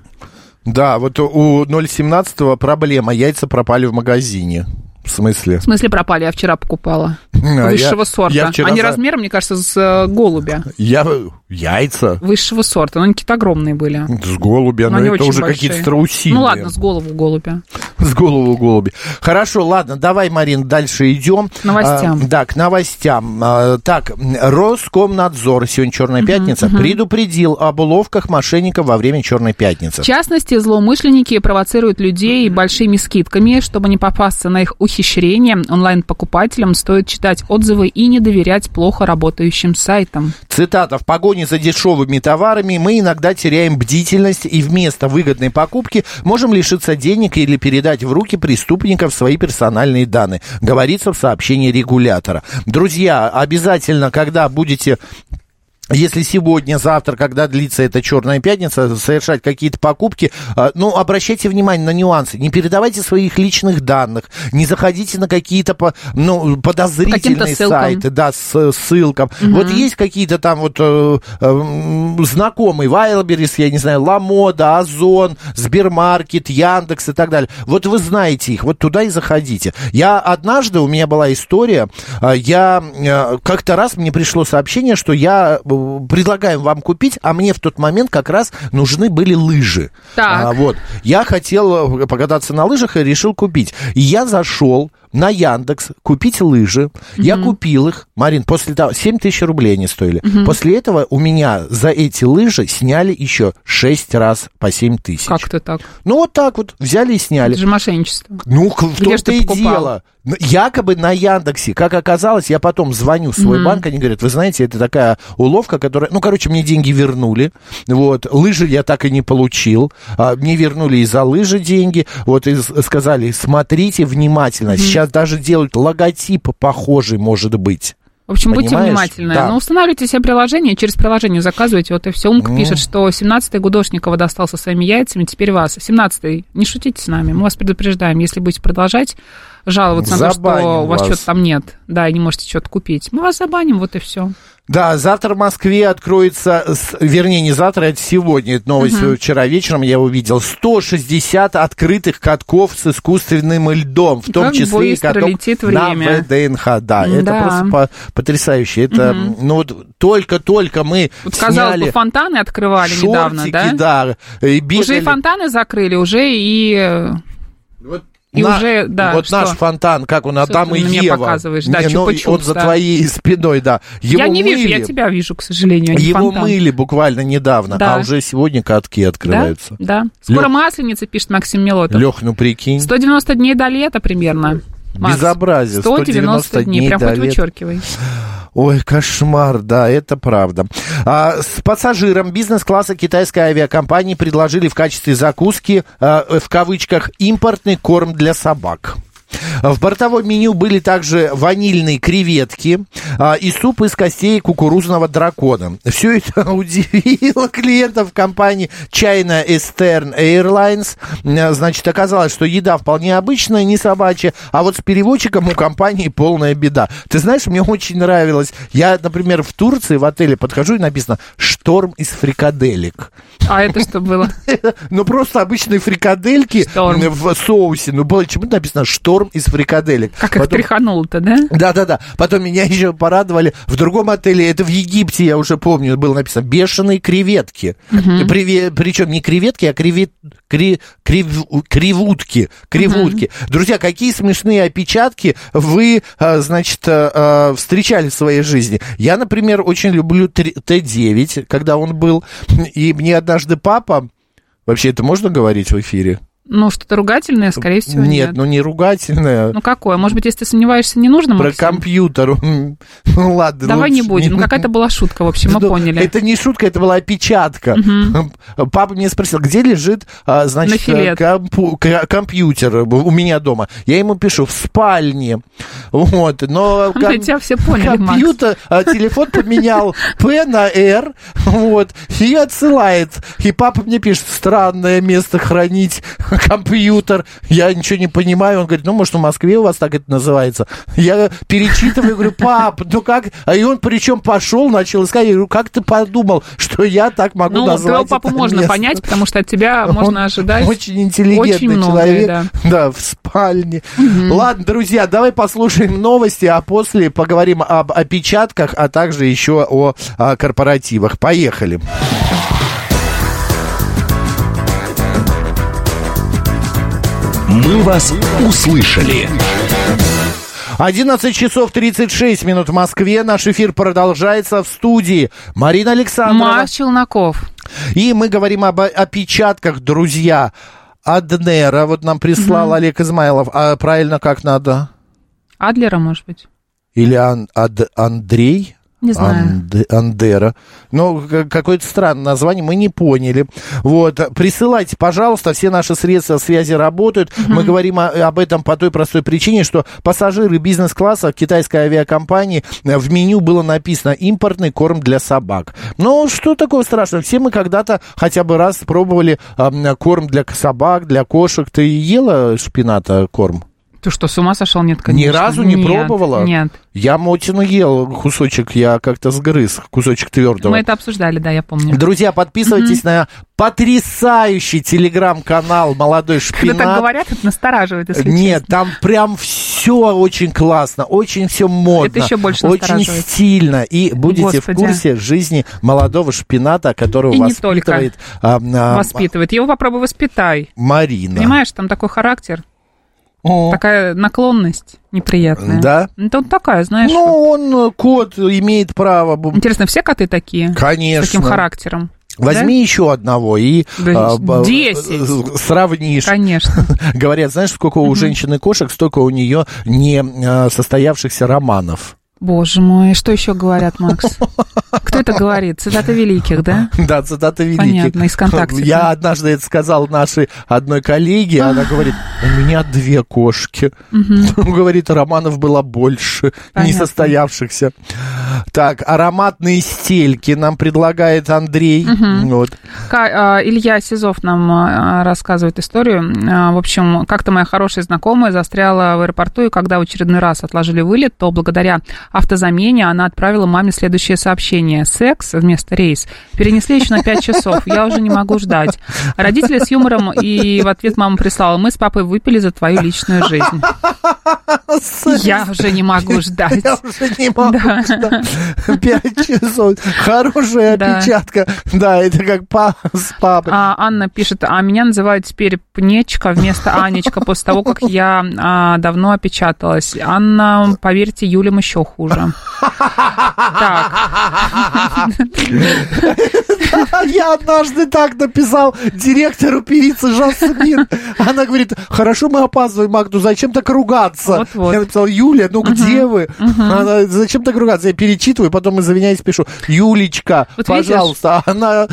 [SPEAKER 1] Да, вот у 017 проблема. Яйца пропали в магазине. В смысле?
[SPEAKER 2] В смысле пропали, я вчера покупала.
[SPEAKER 1] А,
[SPEAKER 2] Высшего
[SPEAKER 1] я-
[SPEAKER 2] сорта.
[SPEAKER 1] я вчера
[SPEAKER 2] Они
[SPEAKER 1] за-
[SPEAKER 2] размером, мне кажется, с э, голубя.
[SPEAKER 1] Я... Яйца?
[SPEAKER 2] Высшего сорта, но они какие-то огромные были.
[SPEAKER 1] С голубя,
[SPEAKER 2] Но
[SPEAKER 1] но,
[SPEAKER 2] они
[SPEAKER 1] это
[SPEAKER 2] очень
[SPEAKER 1] уже
[SPEAKER 2] большие.
[SPEAKER 1] какие-то страусины.
[SPEAKER 2] Ну ладно, с голову голубя.
[SPEAKER 1] С голову голуби. Хорошо, ладно, давай, Марин, дальше идем.
[SPEAKER 2] К новостям.
[SPEAKER 1] А, да, к новостям. А, так, м, Роскомнадзор, сегодня Черная пятница, предупредил об уловках мошенников во время Черной пятницы.
[SPEAKER 2] В частности, злоумышленники провоцируют людей большими скидками. Чтобы не попасться на их ухищрение, онлайн-покупателям стоит читать отзывы и не доверять плохо работающим сайтам.
[SPEAKER 1] Цитата. «В погоне за дешевыми товарами мы иногда теряем бдительность и вместо выгодной покупки можем лишиться денег или передать в руки преступников свои персональные данные», говорится в сообщении регулятора. Друзья, обязательно, когда будете если сегодня, завтра, когда длится эта черная пятница, совершать какие-то покупки, э, ну, обращайте внимание на нюансы. Не передавайте своих личных данных, не заходите на какие-то по- ну, подозрительные
[SPEAKER 2] ссылкам.
[SPEAKER 1] сайты, да, с ссылкам. Вот есть какие-то там вот э, э, знакомые, Вайлберис, я не знаю, Ламода, Озон, Сбермаркет, Яндекс и так далее. Вот вы знаете их, вот туда и заходите. Я однажды, у меня была история, э, я э, как-то раз мне пришло сообщение, что я э, предлагаю вам купить, а мне в тот момент как раз нужны были лыжи.
[SPEAKER 2] Так.
[SPEAKER 1] А, вот. Я хотел э, покататься на лыжах и решил купить. И я зашел на Яндекс купить лыжи. Я купил их, Марин, после того, 7 тысяч рублей они стоили. После этого у меня за эти лыжи сняли еще 6 раз по 7 тысяч.
[SPEAKER 2] Как-то так.
[SPEAKER 1] Ну, вот так вот взяли и сняли.
[SPEAKER 2] Это же мошенничество.
[SPEAKER 1] Ну, к- в
[SPEAKER 2] Где ж
[SPEAKER 1] том-то
[SPEAKER 2] ты
[SPEAKER 1] и
[SPEAKER 2] покупал?
[SPEAKER 1] дело. Ну, Якобы на Яндексе. Как оказалось, я потом звоню в свой банк, они говорят, вы знаете, это такая уловка, которая... Ну, короче, мне деньги вернули. Вот. Лыжи я так и не получил. А, мне вернули и за лыжи деньги. Вот, и с- сказали, смотрите внимательно. Сейчас даже делают логотип похожий, может быть.
[SPEAKER 2] В общем, будьте
[SPEAKER 1] Понимаешь?
[SPEAKER 2] внимательны.
[SPEAKER 1] Да.
[SPEAKER 2] Ну, устанавливайте себе приложение, через приложение заказывайте. Вот и все. Умка пишет, что 17-й Гудошникова достался своими яйцами, теперь вас. 17-й, не шутите с нами, мы вас предупреждаем. Если будете продолжать жаловаться на то,
[SPEAKER 1] Забаним
[SPEAKER 2] что у вас,
[SPEAKER 1] вас.
[SPEAKER 2] что-то там нет, да, и не можете что-то купить, мы вас забаним, вот и все.
[SPEAKER 1] Да, завтра в Москве откроется, с- вернее, не завтра, а это сегодня, это новость э, вчера вечером я увидел, 160 открытых катков с искусственным льдом, в том
[SPEAKER 2] Как
[SPEAKER 1] числе и
[SPEAKER 2] быстро
[SPEAKER 1] каток
[SPEAKER 2] летит
[SPEAKER 1] на
[SPEAKER 2] время.
[SPEAKER 1] ВДНХ. Да, это
[SPEAKER 2] Да.
[SPEAKER 1] просто по- потрясающе. Это, м, ну, вот только-только мы
[SPEAKER 2] Вот, казалось бы,
[SPEAKER 1] сняли
[SPEAKER 2] фонтаны открывали
[SPEAKER 1] шортики,
[SPEAKER 2] недавно, да?
[SPEAKER 1] да,
[SPEAKER 2] Уже
[SPEAKER 1] и
[SPEAKER 2] и
[SPEAKER 1] бегали.
[SPEAKER 2] фонтаны закрыли, уже и... э, и уже, да,
[SPEAKER 1] вот
[SPEAKER 2] что?
[SPEAKER 1] наш фонтан, как он, а
[SPEAKER 2] Что
[SPEAKER 1] там
[SPEAKER 2] ты
[SPEAKER 1] и
[SPEAKER 2] на меня
[SPEAKER 1] Ева.
[SPEAKER 2] показываешь? Да,
[SPEAKER 1] Не, ну,
[SPEAKER 2] чупа-чупс,
[SPEAKER 1] он за
[SPEAKER 2] да.
[SPEAKER 1] твоей спиной, да. Его
[SPEAKER 2] я не вижу, я
[SPEAKER 1] мыли.
[SPEAKER 2] тебя вижу, к сожалению, а не
[SPEAKER 1] Его
[SPEAKER 2] фонтан.
[SPEAKER 1] мыли буквально недавно,
[SPEAKER 2] Да.
[SPEAKER 1] а уже сегодня катки
[SPEAKER 2] Да?
[SPEAKER 1] открываются.
[SPEAKER 2] да. Скоро
[SPEAKER 1] Лёх.
[SPEAKER 2] масленица, пишет Максим Милотов.
[SPEAKER 1] Лех, ну прикинь.
[SPEAKER 2] 190 дней до лета примерно. Макс,
[SPEAKER 1] Безобразие.
[SPEAKER 2] 190 дней, прям
[SPEAKER 1] до
[SPEAKER 2] хоть
[SPEAKER 1] лета.
[SPEAKER 2] вычеркивай.
[SPEAKER 1] Ой, кошмар, да, это правда. А, с пассажиром бизнес-класса китайской авиакомпании предложили в качестве закуски, э, в кавычках, импортный корм для собак. В бортовом меню были также ванильные креветки а, и суп из костей кукурузного дракона. Все это (laughs) удивило клиентов компании China Eastern Airlines. Э, Значит, оказалось, что еда вполне обычная, не собачья, а вот с переводчиком у компании полная беда. Ты знаешь, мне очень нравилось. Я, например, в Турции в отеле подхожу и написано «Шторм из фрикаделек».
[SPEAKER 2] А это что было?
[SPEAKER 1] Ну, просто обычные фрикадельки
[SPEAKER 2] Шторм.
[SPEAKER 1] в соусе. Ну, было почему-то написано «шторм из фрикаделек».
[SPEAKER 2] Как их
[SPEAKER 1] Потом-
[SPEAKER 2] тряхануло-то, да?
[SPEAKER 1] да-да-да. Потом меня (laughs) еще порадовали в другом отеле. Это в Египте, я уже помню, было написано «бешеные креветки». Причем не креветки, а кревет- кре- крев- кривутки. Кривутки. Друзья, какие смешные опечатки вы, а, значит, а, а, встречали в своей жизни? Я, например, очень люблю три- Т-9, когда он был. И мне однажды папа... Вообще, это можно говорить в эфире?
[SPEAKER 2] Ну, что-то ругательное, скорее всего,
[SPEAKER 1] нет,
[SPEAKER 2] нет.
[SPEAKER 1] ну не ругательное.
[SPEAKER 2] Ну, какое? Может быть, если ты сомневаешься, не нужно,
[SPEAKER 1] Про
[SPEAKER 2] Максим?
[SPEAKER 1] компьютер. (laughs) Ну ладно.
[SPEAKER 2] Давай
[SPEAKER 1] лучше
[SPEAKER 2] не будем. Ну,
[SPEAKER 1] (laughs)
[SPEAKER 2] какая-то была шутка, в общем, мы
[SPEAKER 1] Ну,
[SPEAKER 2] поняли.
[SPEAKER 1] Это не шутка, это была опечатка. Папа меня спросил, где лежит, а, значит,
[SPEAKER 2] На филе.
[SPEAKER 1] э, компу- к- компьютер у меня дома. Я ему пишу в спальне. Вот, но
[SPEAKER 2] Мы
[SPEAKER 1] ком-
[SPEAKER 2] тебя все поняли, Макс.
[SPEAKER 1] компьютер, а, телефон поменял П на Р, вот, и отсылает. И папа мне пишет, странное место хранить компьютер. Я ничего не понимаю. Он говорит, ну, может, в Москве у вас так это называется. Я перечитываю, говорю, пап, ну как? А и он причем пошел, начал искать. Я говорю, как ты подумал, что я так могу
[SPEAKER 2] Ну,
[SPEAKER 1] назвать
[SPEAKER 2] твоего папу
[SPEAKER 1] это
[SPEAKER 2] можно
[SPEAKER 1] место?»
[SPEAKER 2] понять, потому что от тебя
[SPEAKER 1] Он
[SPEAKER 2] можно ожидать.
[SPEAKER 1] Очень интеллигентный
[SPEAKER 2] очень многое,
[SPEAKER 1] человек.
[SPEAKER 2] да.
[SPEAKER 1] (laughs) Да. в спальне. Ладно, друзья, давай послушаем новости, а после поговорим об опечатках, а также еще о, о корпоративах. Поехали.
[SPEAKER 3] «Мы вас услышали».
[SPEAKER 1] 11 часов 36 минут в Москве. Наш эфир продолжается в студии. Марина Александрова.
[SPEAKER 2] Макс Челноков.
[SPEAKER 1] И мы говорим об о- опечатках, друзья. Аднера, вот нам прислал Олег Измайлов. А правильно как надо?
[SPEAKER 2] Адлера, может быть?
[SPEAKER 1] Или Ан- Ад- Андрей?
[SPEAKER 2] Не знаю.
[SPEAKER 1] Анде- Андера. Ну, к- какое-то странное название, мы не поняли. Вот, присылайте, пожалуйста, все наши средства связи работают. Мы говорим о- об этом по той простой причине, что пассажиры бизнес-класса китайской авиакомпании э, в меню было написано «импортный корм для собак». Ну, что такого страшного? Все мы когда-то хотя бы раз пробовали эм, корм для к- собак, для кошек. Ты ела шпината корм?
[SPEAKER 2] Ты что, с ума сошел? Нет, конечно.
[SPEAKER 1] разу не
[SPEAKER 2] Нет,
[SPEAKER 1] пробовала?
[SPEAKER 2] Нет.
[SPEAKER 1] Я мотину ел кусочек, я как-то сгрыз, кусочек твердого.
[SPEAKER 2] Мы это обсуждали, да, я помню.
[SPEAKER 1] Друзья, подписывайтесь на потрясающий телеграм-канал «Молодой
[SPEAKER 2] Когда
[SPEAKER 1] шпинат».
[SPEAKER 2] так говорят, это настораживает, если
[SPEAKER 1] Нет,
[SPEAKER 2] честно.
[SPEAKER 1] там прям все очень классно, очень все модно.
[SPEAKER 2] Это еще больше
[SPEAKER 1] Очень
[SPEAKER 2] настораживает.
[SPEAKER 1] стильно. И будете
[SPEAKER 2] Господи.
[SPEAKER 1] в курсе жизни молодого шпината, которого
[SPEAKER 2] И не
[SPEAKER 1] воспитывает а, а,
[SPEAKER 2] Воспитывает. Его попробуй воспитай.
[SPEAKER 1] Марина.
[SPEAKER 2] Понимаешь, там такой характер,
[SPEAKER 1] О.
[SPEAKER 2] такая наклонность неприятная.
[SPEAKER 1] Ну. Да?
[SPEAKER 2] Это вот такая, знаешь. вот.
[SPEAKER 1] Ну, он э, кот имеет право. б-
[SPEAKER 2] Интересно, все коты такие?
[SPEAKER 1] Конечно.
[SPEAKER 2] С таким характером?
[SPEAKER 1] Возьми еще одного и
[SPEAKER 2] Да,
[SPEAKER 1] а, б- э,
[SPEAKER 2] десять.
[SPEAKER 1] сравнишь.
[SPEAKER 2] Да? Конечно.
[SPEAKER 1] (laughs) Говорят, знаешь, сколько у женщины кошек, столько у нее не э, состоявшихся романов. (laughs)
[SPEAKER 2] Боже мой, что еще говорят, Макс? Кто это говорит? Цитаты великих, да?
[SPEAKER 1] Да, цитаты великих.
[SPEAKER 2] Понятно, из «Контакте»,
[SPEAKER 1] Я
[SPEAKER 2] да.
[SPEAKER 1] однажды это сказал нашей одной коллеге, она говорит, у меня две кошки. (laughs) Ну, Говорит, романов было больше,
[SPEAKER 2] Понятно.
[SPEAKER 1] несостоявшихся. Так, ароматные стельки нам предлагает Андрей. Вот.
[SPEAKER 2] Ка- а, Илья Сизов нам а, рассказывает историю. А, В общем, как-то моя хорошая знакомая застряла в аэропорту, и когда в очередной раз отложили вылет, то благодаря автозамене она отправила маме следующее сообщение. Секс вместо рейс перенесли еще на 5 часов. Я уже не могу ждать. Родители с юмором, и в ответ мама прислала, мы с папой выпили за твою личную жизнь. Я уже не могу ждать.
[SPEAKER 1] Я уже не могу.
[SPEAKER 2] Да.
[SPEAKER 1] ждать. Пять часов. Хорошая
[SPEAKER 2] Да.
[SPEAKER 1] опечатка. Да, это как па- с папой.
[SPEAKER 2] А, Анна пишет, а меня называют теперь Пнечка вместо Анечка после того, как я а, давно опечаталась. Анна, поверьте, Юлям еще хуже.
[SPEAKER 1] (laughs)
[SPEAKER 2] Так,
[SPEAKER 1] (laughs) Я однажды так написал директору певицы Жасмин. Она говорит, хорошо, мы опаздываем, Мак, ну зачем так ругаться?
[SPEAKER 2] Вот-вот.
[SPEAKER 1] Я написал, Юля, ну где вы? Она, зачем так ругаться? Я перечитываю, потом извиняюсь, пишу, Юлечка,
[SPEAKER 2] Вот видишь?
[SPEAKER 1] пожалуйста. Она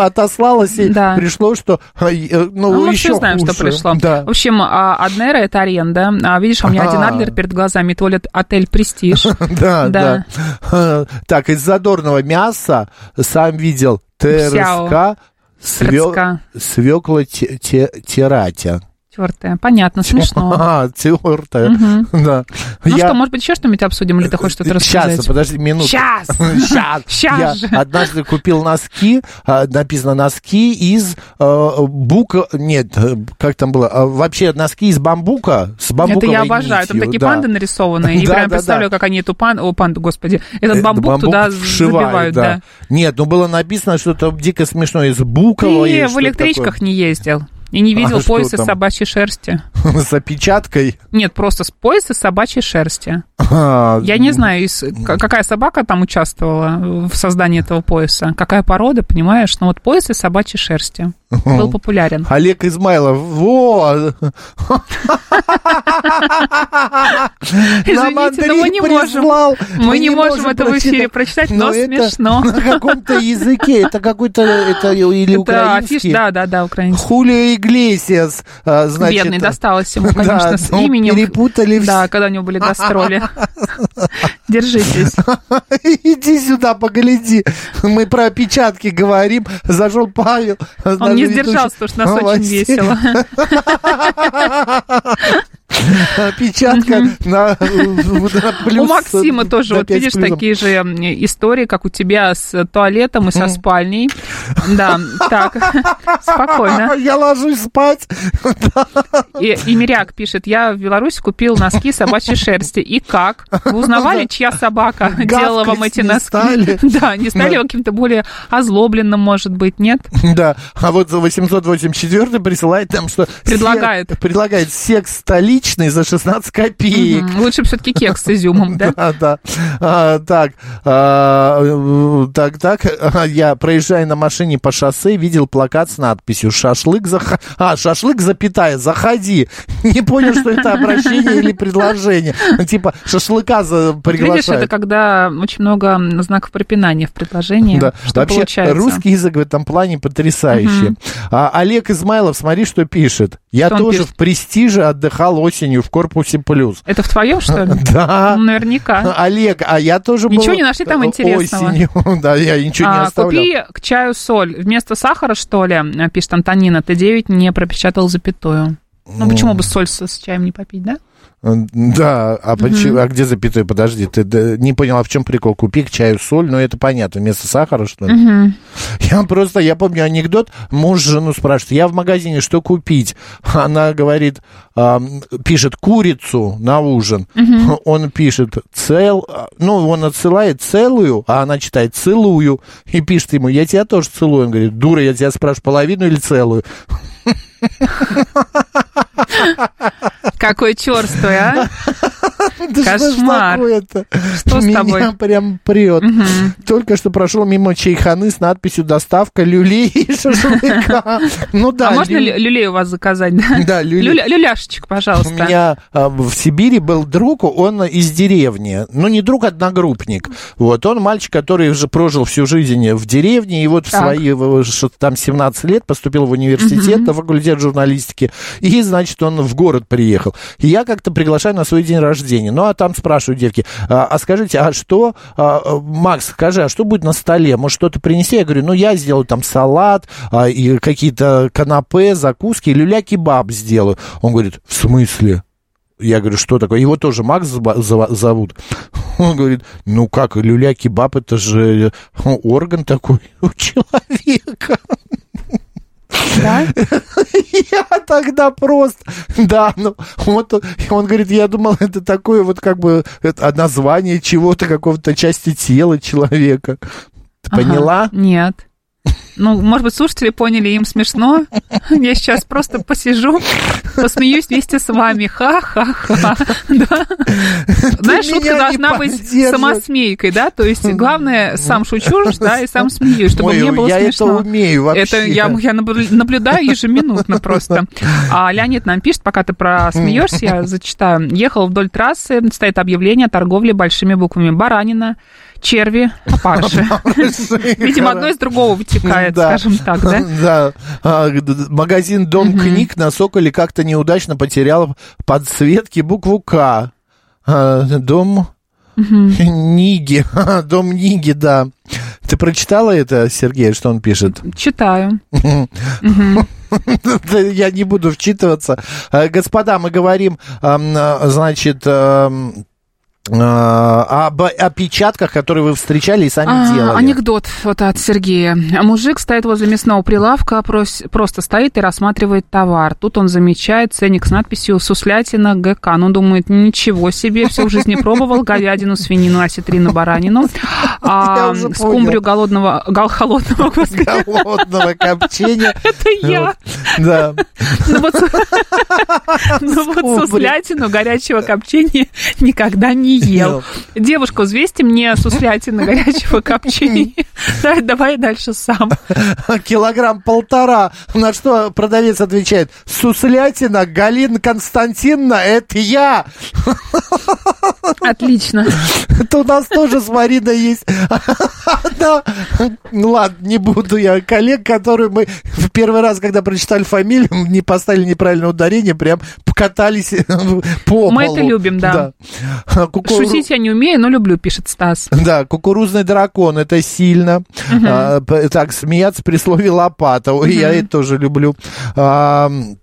[SPEAKER 1] отослалась, и
[SPEAKER 2] Да.
[SPEAKER 1] пришло, что э, э,
[SPEAKER 2] ну,
[SPEAKER 1] ну,
[SPEAKER 2] мы
[SPEAKER 1] еще
[SPEAKER 2] все знаем, что
[SPEAKER 1] хуже.
[SPEAKER 2] пришло.
[SPEAKER 1] Да.
[SPEAKER 2] В общем, а, Аднера — это аренда. А, видишь, у меня один
[SPEAKER 1] А.
[SPEAKER 2] Адлер перед глазами. То ли отель
[SPEAKER 1] (laughs)
[SPEAKER 2] «Престиж».
[SPEAKER 1] Да, да. Э,
[SPEAKER 2] Да.
[SPEAKER 1] Так, из задорного мяса сам видел ТРСК, свё...
[SPEAKER 2] Сырцка.
[SPEAKER 1] свекла те- те- тератя.
[SPEAKER 2] Четвертое. Понятно, смешно.
[SPEAKER 1] (laughs) А, тёртая. Да.
[SPEAKER 2] Ну что, может быть, еще что-нибудь обсудим, или ты хочешь что-то рассказать?
[SPEAKER 1] Э, Сейчас, подожди, ну, минуту. (laughs)
[SPEAKER 2] Сейчас!
[SPEAKER 1] Сейчас.
[SPEAKER 2] (laughs) Щас
[SPEAKER 1] Я
[SPEAKER 2] же.
[SPEAKER 1] однажды купил носки, а, написано носки из э, бука, нет, э, как там было, а, вообще носки из бамбука, с
[SPEAKER 2] Это
[SPEAKER 1] бамбуковой
[SPEAKER 2] я обожаю. Там
[SPEAKER 1] нитью,
[SPEAKER 2] такие
[SPEAKER 1] да.
[SPEAKER 2] панды нарисованы. И
[SPEAKER 1] (laughs) Да,
[SPEAKER 2] прям
[SPEAKER 1] да,
[SPEAKER 2] представляю,
[SPEAKER 1] да.
[SPEAKER 2] как они эту панду... О, панду, господи. Этот
[SPEAKER 1] Э,
[SPEAKER 2] бамбук туда
[SPEAKER 1] вшивают,
[SPEAKER 2] забивают, да.
[SPEAKER 1] Нет, ну было написано что-то дико смешное из букового. или
[SPEAKER 2] Ты в
[SPEAKER 1] что-то
[SPEAKER 2] электричках не ездил и не видел
[SPEAKER 1] А что
[SPEAKER 2] пояса
[SPEAKER 1] там?
[SPEAKER 2] из собачьей шерсти.
[SPEAKER 1] такое. (laughs) С опечаткой. (laughs)
[SPEAKER 2] Нет, просто с пояса из собачьей шерсти.
[SPEAKER 1] А,
[SPEAKER 2] Я не знаю, из- к- какая собака там участвовала в создании этого пояса, какая порода, понимаешь? Но вот пояс из собачьей шерсти был популярен.
[SPEAKER 1] Олег Измайлов. Во! Нам
[SPEAKER 2] (laughs) Извините, но
[SPEAKER 1] Андрей
[SPEAKER 2] мы не можем.
[SPEAKER 1] прислал.
[SPEAKER 2] Мы не можем это в эфире прочитать, но
[SPEAKER 1] это
[SPEAKER 2] смешно.
[SPEAKER 1] (laughs) На каком-то языке. Это какой-то это или
[SPEAKER 2] (laughs) Это афиш,
[SPEAKER 1] украинский.
[SPEAKER 2] да, да, да, украинский.
[SPEAKER 1] Хулио Иглесиас, а, значит...
[SPEAKER 2] Бедный, досталось ему, конечно,
[SPEAKER 1] да,
[SPEAKER 2] с
[SPEAKER 1] ну,
[SPEAKER 2] именем.
[SPEAKER 1] перепутали вс-
[SPEAKER 2] Да, когда у него были гастроли.
[SPEAKER 1] (laughs)
[SPEAKER 2] Держитесь.
[SPEAKER 1] (laughs) Иди сюда, погляди. Мы про опечатки говорим. Зашел Павел.
[SPEAKER 2] Он не сдержался, потому что нас очень весело.
[SPEAKER 1] Опечатка на, э, на (laughs)
[SPEAKER 2] У
[SPEAKER 1] плюс.
[SPEAKER 2] Максима тоже,
[SPEAKER 1] на
[SPEAKER 2] вот
[SPEAKER 1] пять
[SPEAKER 2] видишь,
[SPEAKER 1] плюсом.
[SPEAKER 2] такие же м, истории, как у тебя с туалетом и со спальней. Да, так, (laughs) спокойно.
[SPEAKER 1] А, Я ложусь спать.
[SPEAKER 2] И, и Миряк пишет, я в Беларуси купил носки собачьей шерсти. И как? Вы
[SPEAKER 1] (laughs)
[SPEAKER 2] узнавали, чья собака делала вам
[SPEAKER 1] Гавкать
[SPEAKER 2] эти
[SPEAKER 1] не
[SPEAKER 2] носки?
[SPEAKER 1] стали?
[SPEAKER 2] (laughs) Да, не стали вы каким-то более озлобленным, может быть, нет?
[SPEAKER 1] Да. А вот за 884 присылает нам, что...
[SPEAKER 2] Предлагает.
[SPEAKER 1] сек- предлагает секс столичный обычный за 16 копеек.
[SPEAKER 2] Мгм. Лучше все-таки кекс с изюмом,
[SPEAKER 1] (laughs)
[SPEAKER 2] да?
[SPEAKER 1] Да, да. А, так, а, э, так, так, А, я, проезжая на машине по шоссе, видел плакат с надписью «Шашлык, зах... а, шашлык, запятая, заходи». (laughs) Не понял, что это обращение или предложение. Ну, Типа, шашлыка за...
[SPEAKER 2] Видишь, это
[SPEAKER 1] приглашают.
[SPEAKER 2] когда очень много знаков препинания в предложении,
[SPEAKER 1] Да.
[SPEAKER 2] что
[SPEAKER 1] Вообще,
[SPEAKER 2] получается.
[SPEAKER 1] русский язык в этом плане потрясающий. А, Олег Измайлов, смотри, что пишет. Я
[SPEAKER 2] Что он
[SPEAKER 1] тоже
[SPEAKER 2] пишет?
[SPEAKER 1] в престиже отдыхал осенью в корпусе плюс.
[SPEAKER 2] Это в твоем, что ли?
[SPEAKER 1] (laughs) Да.
[SPEAKER 2] Ну,
[SPEAKER 1] (laughs)
[SPEAKER 2] Наверняка.
[SPEAKER 1] Олег, а я тоже был
[SPEAKER 2] Ничего не нашли там
[SPEAKER 1] э,
[SPEAKER 2] интересного?
[SPEAKER 1] Осенью, (laughs) да, я ничего не
[SPEAKER 2] А,
[SPEAKER 1] оставлял.
[SPEAKER 2] купи к чаю соль. Вместо сахара, что ли, э, пишет Антонина, Т9 не пропечатал запятую. Ну, почему бы соль с, с чаем не попить, да?
[SPEAKER 1] Да, а, почему- а где запятой? Подожди, ты да, не понял, а в чем прикол? Купи к чаю соль, но это понятно, вместо сахара, что ли? Я просто, я помню анекдот, муж жену спрашивает, я в магазине, что купить? Она говорит, а, м, пишет курицу на ужин. Он пишет цел, а, ну, он отсылает целую, а она читает целую, и пишет ему, я тебя тоже целую. Он говорит, дура, я тебя спрашиваю, половину или целую?
[SPEAKER 2] Какой черствый,
[SPEAKER 1] (laughs)
[SPEAKER 2] а?
[SPEAKER 1] Да что ж
[SPEAKER 2] Кошмар.
[SPEAKER 1] такое-то?
[SPEAKER 2] Что с
[SPEAKER 1] Меня
[SPEAKER 2] тобой?
[SPEAKER 1] прям прет. Только что прошел мимо чайханы с надписью «Доставка люлей и шашлыка».
[SPEAKER 2] (laughs)
[SPEAKER 1] Ну да.
[SPEAKER 2] а можно
[SPEAKER 1] лю-
[SPEAKER 2] лю- люлей у вас заказать, да?
[SPEAKER 1] Да, люлей.
[SPEAKER 2] Люля- люляшечек,
[SPEAKER 1] У
[SPEAKER 2] пожалуйста.
[SPEAKER 1] меня а, в Сибири был друг, он из деревни. Ну, не друг, одногруппник. Вот, он мальчик, который уже прожил всю жизнь в деревне, и вот в
[SPEAKER 2] Так.
[SPEAKER 1] свои э, ш- там 17 лет поступил в университет на факультет журналистики. И, значит, он в город приехал. И я как-то приглашаю на свой день рождения. Ну, а там спрашиваю девки, а, а скажите, а что, а, а, Макс, скажи, а что будет на столе? Может, что-то принести? Я говорю, ну, я сделаю там салат а, и какие-то канапе, закуски, люля-кебаб сделаю. Он говорит, в смысле? Я говорю, что такое? Его тоже Макс зва- зва- зовут. (laughs) Он говорит, ну как, люля-кебаб, это же э, орган такой (laughs) у человека.
[SPEAKER 2] Да?
[SPEAKER 1] (laughs) Я тогда просто... Да, ну, вот он, он говорит, я думал, это такое вот как бы это а название чего-то, какого-то части тела человека. Ты
[SPEAKER 2] Ага.
[SPEAKER 1] поняла?
[SPEAKER 2] Нет. Ну, может быть, слушатели поняли, им смешно. Я сейчас просто посижу, посмеюсь вместе с вами. Ха-ха-ха. Да? Знаешь,
[SPEAKER 1] меня
[SPEAKER 2] шутка
[SPEAKER 1] не
[SPEAKER 2] должна быть
[SPEAKER 1] поддерживаешь.
[SPEAKER 2] самосмейкой, да? То есть, главное, сам шучу, да, и сам смеюсь, чтобы
[SPEAKER 1] Ой,
[SPEAKER 2] мне было
[SPEAKER 1] я это
[SPEAKER 2] смешно.
[SPEAKER 1] умею вообще.
[SPEAKER 2] Это я, я наблю- наблюдаю ежеминутно просто. А Леонид нам пишет, пока ты просмеешься, я зачитаю. Ехал вдоль трассы, стоит объявление о торговле большими буквами. Баранина, черви, опарши.
[SPEAKER 1] (laughs)
[SPEAKER 2] Видимо, одно из другого вытекает,
[SPEAKER 1] Да.
[SPEAKER 2] скажем так,
[SPEAKER 1] (laughs)
[SPEAKER 2] да?
[SPEAKER 1] Да. А, д- д- Магазин «Дом книг» на Соколе как-то неудачно потерял подсветки букву «К». А, Дом Ниги. (laughs) А, Дом Ниги, да. Ты прочитала это, Сергей, что он пишет?
[SPEAKER 2] Читаю.
[SPEAKER 1] (laughs) Да Я не буду вчитываться. Э, Господа, мы говорим, эм, э, значит, эм, э, об опечатках, которые вы встречали и сами
[SPEAKER 2] А,
[SPEAKER 1] делали.
[SPEAKER 2] Анекдот вот от Сергея. Мужик стоит возле мясного прилавка, прос- просто стоит и рассматривает товар. Тут он замечает ценник с надписью «Суслятина ГК». Ну, думает, ничего себе, всю жизнь не пробовал говядину, свинину, осетрину, баранину.
[SPEAKER 1] (laughs) Я
[SPEAKER 2] А,
[SPEAKER 1] уже понял.
[SPEAKER 2] скумбрию голодного, гол- холодного, (laughs) господи,
[SPEAKER 1] (laughs) Голодного копчения.
[SPEAKER 2] это (laughs) я.
[SPEAKER 1] Да.
[SPEAKER 2] Ну (laughs) вот ну вот суслятину горячего копчения никогда не ел. Девушка, взвесьте мне суслятину горячего (laughs) копчения. Да, Давай дальше сам.
[SPEAKER 1] (laughs) Килограмм полтора. На что продавец отвечает. Суслятина Галина Константиновна, это я.
[SPEAKER 2] Отлично.
[SPEAKER 1] Это у нас тоже с Мариной есть. (laughs) Да. Ну ладно, не буду я. Коллег, которые мы в первый раз, когда прочитали фамилию, не поставили неправильное ударение, прям покатались (laughs) по
[SPEAKER 2] Мы
[SPEAKER 1] полу.
[SPEAKER 2] это любим, да.
[SPEAKER 1] Да. Кукуру-
[SPEAKER 2] Шутить я не умею, но люблю, пишет Стас.
[SPEAKER 1] (laughs) Да, кукурузный дракон, это сильно. А, п- так, смеяться при слове лопата. Ой, я это тоже люблю. А, м,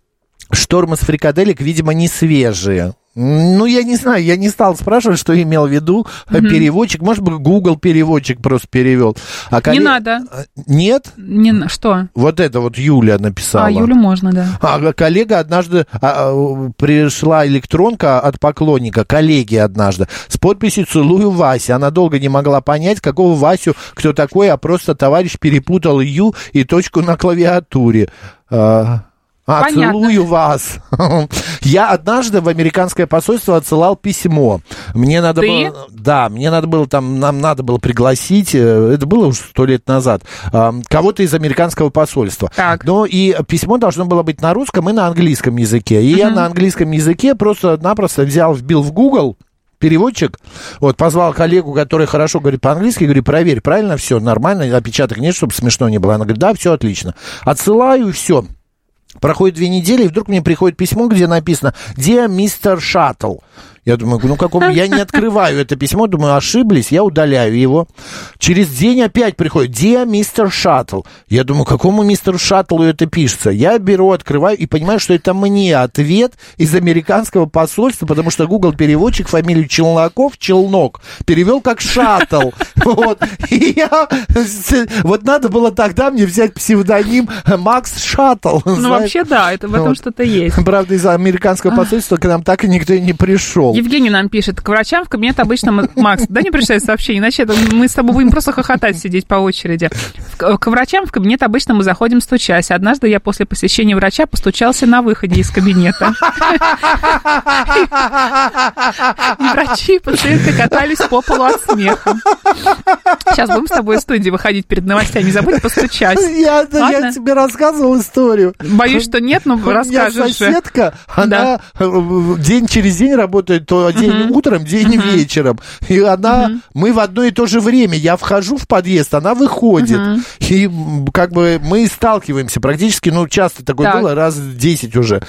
[SPEAKER 1] шторм из фрикаделек, видимо, не свежие. М, Ну, я не знаю, я не стал спрашивать, что имел в виду э, переводчик. Может быть, Google переводчик просто перевел. А
[SPEAKER 2] Не
[SPEAKER 1] коле-
[SPEAKER 2] надо.
[SPEAKER 1] А, Нет?
[SPEAKER 2] Не на- Что?
[SPEAKER 1] Вот это вот Юля написала.
[SPEAKER 2] А, Юлю можно, да.
[SPEAKER 1] А коллега однажды а, а, пришла электронка от поклонника, коллеги однажды, с подписью «Целую Вася». Она долго не могла понять, какого Васю, кто такой, а просто товарищ перепутал «ю» и точку на клавиатуре. А, А,
[SPEAKER 2] Понятно.
[SPEAKER 1] целую вас. (laughs) Я однажды в американское посольство отсылал письмо. Мне надо
[SPEAKER 2] Ты?
[SPEAKER 1] было... Да, мне надо было там, нам надо было пригласить, э, это было уже сто лет назад, э, кого-то из американского посольства.
[SPEAKER 2] Так.
[SPEAKER 1] Ну и письмо должно было быть на русском и на английском языке. И я на английском языке просто-напросто взял, вбил в Google переводчик, вот, позвал коллегу, который хорошо говорит по-английски, говорю, проверь, правильно все, нормально, опечаток нет, чтобы смешно не было. Она говорит, да, все отлично. Отсылаю, все. Проходит две недели, и вдруг мне приходит письмо, где написано «Dear мистер Шаттл». Я думаю, ну каком... Я не открываю это письмо, думаю, ошиблись, я удаляю его. Через день опять приходит «Dear мистер Шаттл». Я думаю, какому мистеру Шаттлу это пишется? Я беру, открываю и понимаю, что это мне ответ из американского посольства, потому что Google переводчик фамилию Челноков, Челнок, перевел как Шаттл. (laughs) Вот. И я... Вот надо было тогда мне взять псевдоним Макс Шаттл.
[SPEAKER 2] Ну,
[SPEAKER 1] знаешь.
[SPEAKER 2] вообще, да, это в этом
[SPEAKER 1] Вот.
[SPEAKER 2] что-то есть.
[SPEAKER 1] Правда, из американского посольства к нам так и никто и не пришел.
[SPEAKER 2] Евгений нам пишет, к врачам в кабинет обычно... мы- Макс, да не пришли сообщение, иначе это мы с тобой будем просто хохотать, сидеть по очереди. В- К врачам в кабинет обычно мы заходим стучась. Однажды я после посещения врача постучался на выходе из кабинета. И Врачи и пациенты катались по полу от смеха. Сейчас будем с тобой из студии выходить перед новостями. Не забудь постучать.
[SPEAKER 1] Я, да, я
[SPEAKER 2] Ладно.
[SPEAKER 1] тебе рассказывал историю.
[SPEAKER 2] Боюсь, что нет, но
[SPEAKER 1] У меня
[SPEAKER 2] расскажешь же.
[SPEAKER 1] соседка,
[SPEAKER 2] (laughs)
[SPEAKER 1] она
[SPEAKER 2] Да.
[SPEAKER 1] э, день через день работает, то день утром, день вечером. И она, мы в одно и то же время, я вхожу в подъезд, она выходит. И м, как бы мы сталкиваемся практически, ну, часто такое
[SPEAKER 2] Так.
[SPEAKER 1] было, раз 10 уже.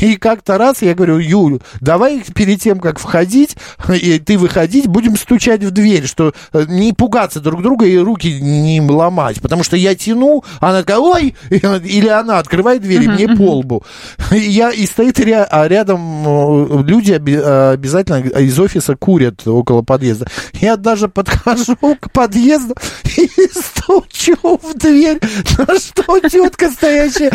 [SPEAKER 1] И как-то раз я говорю, Юль, давай перед тем, как входить, и ты выходить, будем стучать в дверь, что э, не пугаться друг друга и руки не ломать. Потому что я тяну, она такая, ой, или она открывает дверь, и мне по лбу. И Я, и стоит ря- а рядом э, люди оби- э, обязательно из офиса курят около подъезда. Я даже подхожу к подъезду (laughs) и стучу в дверь, на что тетка, стоящая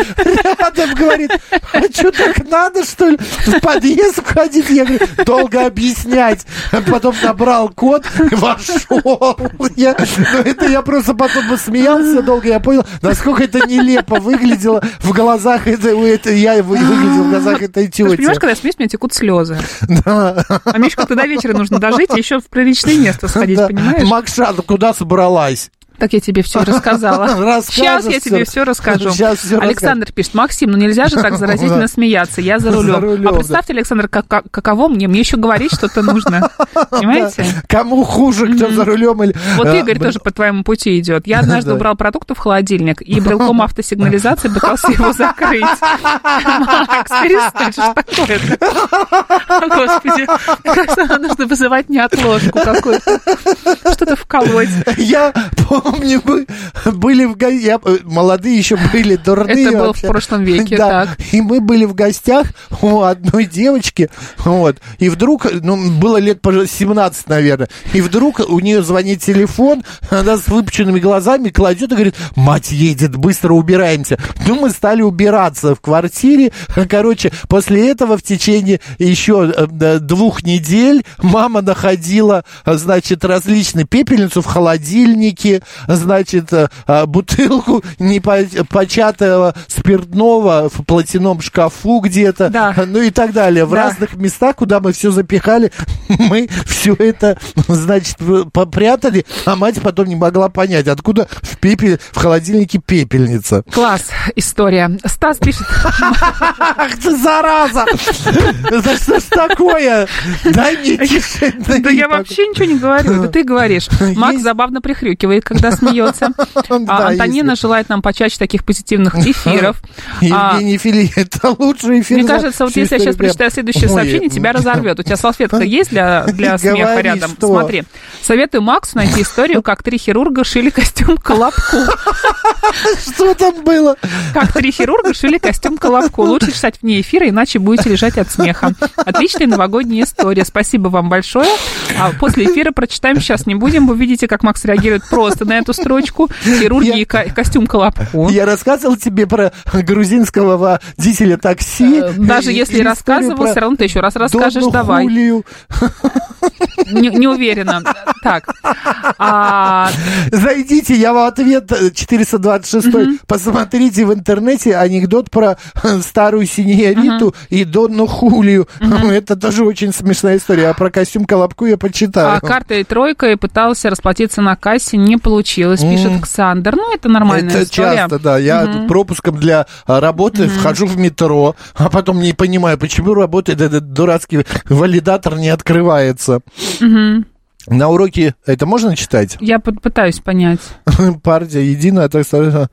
[SPEAKER 1] рядом, говорит, а что, так надо, что ли, в подъезд входить? Я говорю, долго объяснять. Потом набрал код, вошел. Я- ну, это я просто потом смеялся долго, я понял, насколько это нелепо выглядело в глазах этой, у этой- я вы- выглядел в глазах этой
[SPEAKER 2] Ты же понимаешь,
[SPEAKER 1] тети.
[SPEAKER 2] когда я смеюсь, у меня текут слезы.
[SPEAKER 1] Да.
[SPEAKER 2] А мне еще как-то до вечера нужно дожить, и еще в приличное место сходить,
[SPEAKER 1] Да.
[SPEAKER 2] понимаешь?
[SPEAKER 1] Макша, ну куда собралась?
[SPEAKER 2] Так я тебе все рассказала.
[SPEAKER 1] Расскажешь
[SPEAKER 2] Сейчас я тебе
[SPEAKER 1] всё.
[SPEAKER 2] все расскажу.
[SPEAKER 1] Щас всё
[SPEAKER 2] Александр пишет, Максим, ну нельзя же так
[SPEAKER 1] Да.
[SPEAKER 2] заразительно смеяться, я за
[SPEAKER 1] За рулем,
[SPEAKER 2] рулем. А
[SPEAKER 1] да.
[SPEAKER 2] представьте, Александр, как- как- каково мне, мне еще говорить что-то
[SPEAKER 1] (laughs)
[SPEAKER 2] нужно, понимаете?
[SPEAKER 1] Кому хуже, кто за рулем или...
[SPEAKER 2] Вот
[SPEAKER 1] А,
[SPEAKER 2] Игорь
[SPEAKER 1] б-
[SPEAKER 2] тоже по твоему пути идет. Я однажды
[SPEAKER 1] Да.
[SPEAKER 2] убрал продукты в холодильник, и брелком автосигнализации пытался его закрыть. Макс, перестань, что ж такое-то? Господи, кажется, нужно вызывать неотложку какую-то. Что-то вколоть.
[SPEAKER 1] Я помню, мы были в гостях, молодые еще были, дурные
[SPEAKER 2] Это было в
[SPEAKER 1] вообще.
[SPEAKER 2] прошлом веке,
[SPEAKER 1] да.
[SPEAKER 2] так.
[SPEAKER 1] И мы были в гостях у одной девочки, вот, и вдруг, ну, было лет, пожалуй, 17, наверное, и вдруг у нее звонит телефон, она с выпученными глазами кладет и говорит, мать едет, быстро убираемся. Ну, мы стали убираться в квартире, А, короче, после этого в течение еще э, э, двух недель мама находила, э, значит, различные пепельницу в холодильнике, значит, э, э, бутылку непочатого спиртного в платяном шкафу где-то,
[SPEAKER 2] Да.
[SPEAKER 1] ну и так далее. В
[SPEAKER 2] Да.
[SPEAKER 1] разных местах, куда мы все запихали, (laughs) мы все это, значит, в- попрятали, а мать потом не могла понять, откуда в, пепель, в холодильнике пепельница.
[SPEAKER 2] Класс, история. Стас пишет,
[SPEAKER 1] Ах ты, зараза! За что ж такое? Дай мне тишины.
[SPEAKER 2] да я вообще ничего не говорю, да ты говоришь. Макс
[SPEAKER 1] Есть?
[SPEAKER 2] забавно прихрюкивает, когда смеется.
[SPEAKER 1] Да,
[SPEAKER 2] А Антонина
[SPEAKER 1] есть.
[SPEAKER 2] желает нам почаще таких позитивных эфиров. А,
[SPEAKER 1] Евгений Фили, (laughs) это лучший эфир.
[SPEAKER 2] Мне
[SPEAKER 1] за
[SPEAKER 2] кажется, вот
[SPEAKER 1] всю
[SPEAKER 2] если я сейчас
[SPEAKER 1] историю.
[SPEAKER 2] прочитаю следующее
[SPEAKER 1] Ой,
[SPEAKER 2] сообщение,
[SPEAKER 1] (laughs)
[SPEAKER 2] тебя разорвет. У тебя салфетка есть для, для
[SPEAKER 1] Говори,
[SPEAKER 2] смеха рядом?
[SPEAKER 1] что?
[SPEAKER 2] Смотри. Советую Максу найти историю, как три хирурга шили костюм колобку.
[SPEAKER 1] Что там было?
[SPEAKER 2] Как три хирурга шили костюм колобку. Лучше читать вне эфира, иначе будете лежать от смеха. Отличная новогодняя история. Спасибо вам большое. А после эфира прочитаем сейчас не будем. Вы видите, как Макс реагирует просто на на эту строчку. Хирургия и ко- костюм Колобко.
[SPEAKER 1] Я рассказывал тебе про грузинского водителя такси.
[SPEAKER 2] Э, Даже
[SPEAKER 1] и-
[SPEAKER 2] если
[SPEAKER 1] и
[SPEAKER 2] рассказывал,
[SPEAKER 1] историю
[SPEAKER 2] все равно ты еще раз
[SPEAKER 1] про
[SPEAKER 2] расскажешь,
[SPEAKER 1] Донну
[SPEAKER 2] давай.
[SPEAKER 1] Хулию.
[SPEAKER 2] Не, не уверена. Так. А,
[SPEAKER 1] Зайдите, я вам ответ э, 426 Посмотрите в интернете анекдот про э, старую синьориту и Донну Хулию. (laughs) Это тоже очень смешная история. А про костюм Колобку я почитаю.
[SPEAKER 2] а картой тройкой пытался расплатиться на кассе, не получилось, пишет Александр. Ну, это нормальная
[SPEAKER 1] Это
[SPEAKER 2] история.
[SPEAKER 1] часто, да. Я пропуском для а, работы вхожу в метро, а потом не понимаю, почему работает этот дурацкий валидатор не открывается. На уроке это можно читать?
[SPEAKER 2] Я под- пытаюсь понять.
[SPEAKER 1] (laughs) Партия единая, так, сказать,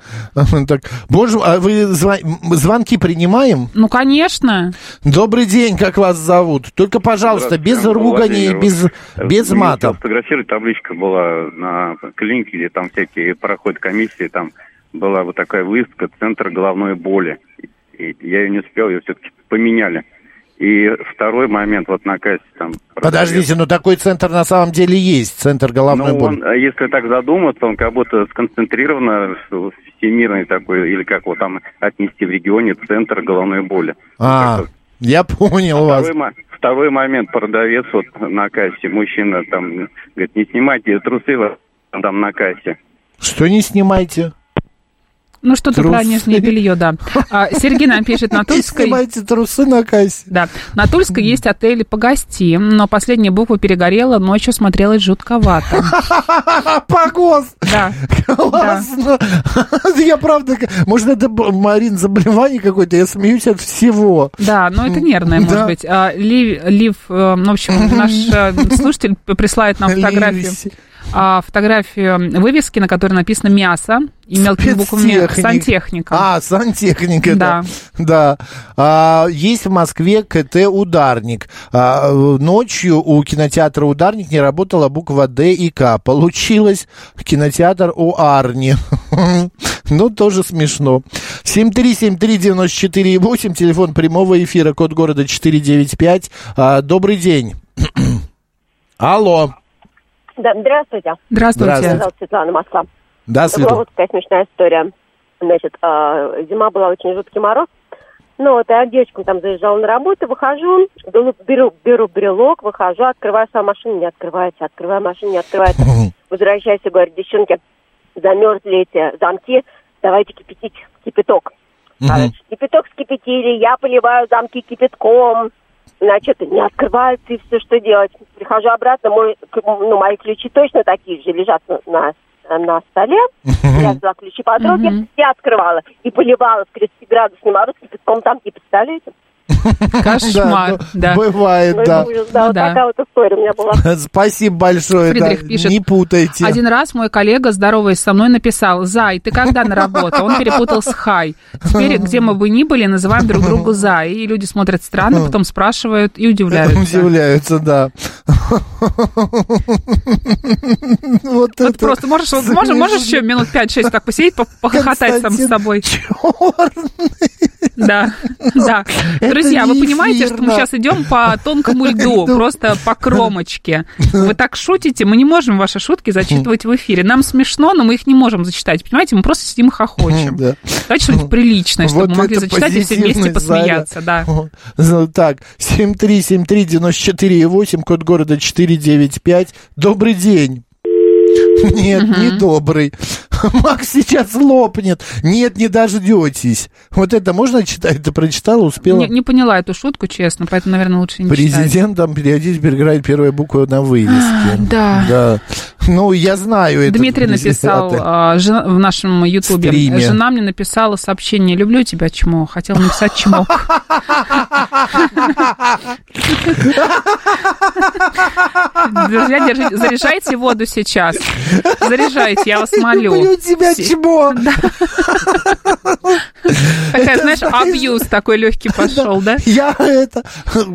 [SPEAKER 1] так. Боже, а вы зва- м, звонки принимаем?
[SPEAKER 2] Ну, конечно.
[SPEAKER 1] Добрый день, как вас зовут? Только, пожалуйста, без
[SPEAKER 4] Здравствуйте,
[SPEAKER 1] руганий,
[SPEAKER 4] Владимир.
[SPEAKER 1] без, без
[SPEAKER 4] Меня хотел
[SPEAKER 1] матов.
[SPEAKER 4] Сфотографировать табличка была на клинике, где там всякие проходят комиссии, там была вот такая выставка «Центр головной боли». И я ее не успел, ее все-таки поменяли. И второй момент вот на кассе там...
[SPEAKER 1] Подождите, но такой центр на самом деле есть, центр головной
[SPEAKER 4] Ну,
[SPEAKER 1] боли.
[SPEAKER 4] он, э, если так задуматься, он как будто сконцентрирован э, всемирный такой, или как его там отнести в регионе, центр головной боли.
[SPEAKER 1] А, я понял вас.
[SPEAKER 4] Второй, мо- второй момент, продавец вот на кассе, мужчина там говорит, не снимайте трусы вот там на кассе.
[SPEAKER 1] Что не снимайте?
[SPEAKER 2] Ну, что-то про
[SPEAKER 1] Трусы.
[SPEAKER 2] нижнее белье, да. А, Сергей нам пишет
[SPEAKER 1] (laughs)
[SPEAKER 2] на
[SPEAKER 1] Не
[SPEAKER 2] Тульской.
[SPEAKER 1] снимайте трусы на кассе.
[SPEAKER 2] Да. На Тульской есть отель «Погости», но последняя буква перегорела, ночью смотрелось жутковато.
[SPEAKER 1] А, погос!
[SPEAKER 2] Да.
[SPEAKER 1] Классно! (laughs) Я правда... Может, это, б- Марин, заболевание какое-то? Я смеюсь от всего.
[SPEAKER 2] Да, но это нервное, может
[SPEAKER 1] Да.
[SPEAKER 2] быть. А, Лив, Лив, э, ну, в общем, наш э, слушатель п- присылает нам фотографию,
[SPEAKER 1] Лиси.
[SPEAKER 2] а, фотографию вывески, на которой написано «мясо» и мелкими буквами
[SPEAKER 1] Спецтехник.
[SPEAKER 2] «сантехника».
[SPEAKER 1] А, сантехника, да. Да. А, есть в Москве КТ «Ударник». А, э, ночью у кинотеатра «Ударник» не работала буква «Д» и «К». Получилось кинотеатр «Уарни». (laughs) Ну, тоже смешно. 7373948, телефон прямого эфира, код города 495. А, добрый день. (clears throat) Алло.
[SPEAKER 5] Да, здравствуйте.
[SPEAKER 2] Здравствуйте.
[SPEAKER 1] Здравствуйте.
[SPEAKER 5] Зовут Светлана Москва.
[SPEAKER 1] Да,
[SPEAKER 5] Это была
[SPEAKER 1] Светлана.
[SPEAKER 5] вот такая смешная история. Значит, а, зима была очень жуткий мороз. Ну вот, я девочкам там заезжала на работу, выхожу, беру, беру, беру брелок, выхожу, открываю свою машину, не открывается, открываю машину, не открывается. Возвращаюсь и говорю, девчонки, замерзли эти замки, давайте кипятить кипяток. Короче, А, Кипяток скипятили, я поливаю замки кипятком. Значит, не открывается и все, что делать. Прихожу обратно, мой, к- ну, мои ключи точно такие же лежат на, на- на столе. Я взяла ключи подруги, я открывала и поливала в 30-градусный мороз кипятком замки, представляете?
[SPEAKER 2] Кошмар,
[SPEAKER 1] Да, ну,
[SPEAKER 2] да.
[SPEAKER 1] Бывает,
[SPEAKER 5] Ну, это
[SPEAKER 1] да.
[SPEAKER 5] ужас, да,
[SPEAKER 2] Ну
[SPEAKER 5] вот
[SPEAKER 2] да.
[SPEAKER 5] такая вот история у меня была.
[SPEAKER 1] (laughs) Спасибо большое. да.
[SPEAKER 2] Фридрих пишет,
[SPEAKER 1] Не путайте.
[SPEAKER 2] Один раз мой коллега, здороваясь со мной, написал «Зай, ты когда на работу?» Он перепутал с «Хай». Теперь, где мы бы ни были, называем друг друга «Зай». И люди смотрят странно, потом спрашивают и удивляются.
[SPEAKER 1] (laughs) Удивляются, да. Вот
[SPEAKER 2] Вот
[SPEAKER 1] (laughs)
[SPEAKER 2] просто можешь, вот можешь, можешь еще минут 5-6 так посидеть, по- похохотать сам с
[SPEAKER 1] Константин
[SPEAKER 2] собой.
[SPEAKER 1] чёрт.
[SPEAKER 2] Да, да.
[SPEAKER 1] Это
[SPEAKER 2] Друзья, вы
[SPEAKER 1] не
[SPEAKER 2] понимаете, что мы
[SPEAKER 1] эфирно. Ну.
[SPEAKER 2] сейчас идем по тонкому льду, просто по кромочке. Вы так шутите, мы не можем ваши шутки зачитывать в эфире. Нам смешно, но мы их не можем зачитать. Понимаете, мы просто сидим и хохочем.
[SPEAKER 1] Да.
[SPEAKER 2] Давайте что-нибудь приличное, чтобы
[SPEAKER 1] Вот
[SPEAKER 2] мы могли
[SPEAKER 1] это
[SPEAKER 2] зачитать и все
[SPEAKER 1] позитивность,
[SPEAKER 2] вместе посмеяться. Да.
[SPEAKER 1] Заря. Ну, Так, 7373948, код города 495. Добрый день. Нет, не добрый. (laughs) Макс сейчас лопнет. Нет, не дождетесь. Вот это можно читать? Ты прочитала, успела?
[SPEAKER 2] Не, не поняла эту шутку, честно, поэтому, наверное, лучше не читать.
[SPEAKER 1] Президентом периодически переграет первая буква на вывеске.
[SPEAKER 2] А, да.
[SPEAKER 1] Да. Ну, я знаю это.
[SPEAKER 2] Дмитрий написал а, жена- в нашем ютубе.
[SPEAKER 1] Стриме.
[SPEAKER 2] Жена мне написала сообщение «Люблю тебя, чмо». Хотела написать «Чмо». Друзья, держи- заряжайте воду сейчас. Заряжайте, я вас э, молю. (laughs)
[SPEAKER 1] Люблю тебя,
[SPEAKER 2] Все-
[SPEAKER 1] чмо.
[SPEAKER 2] Такая, знаешь, абьюз такой легкий пошел, да?
[SPEAKER 1] Я это...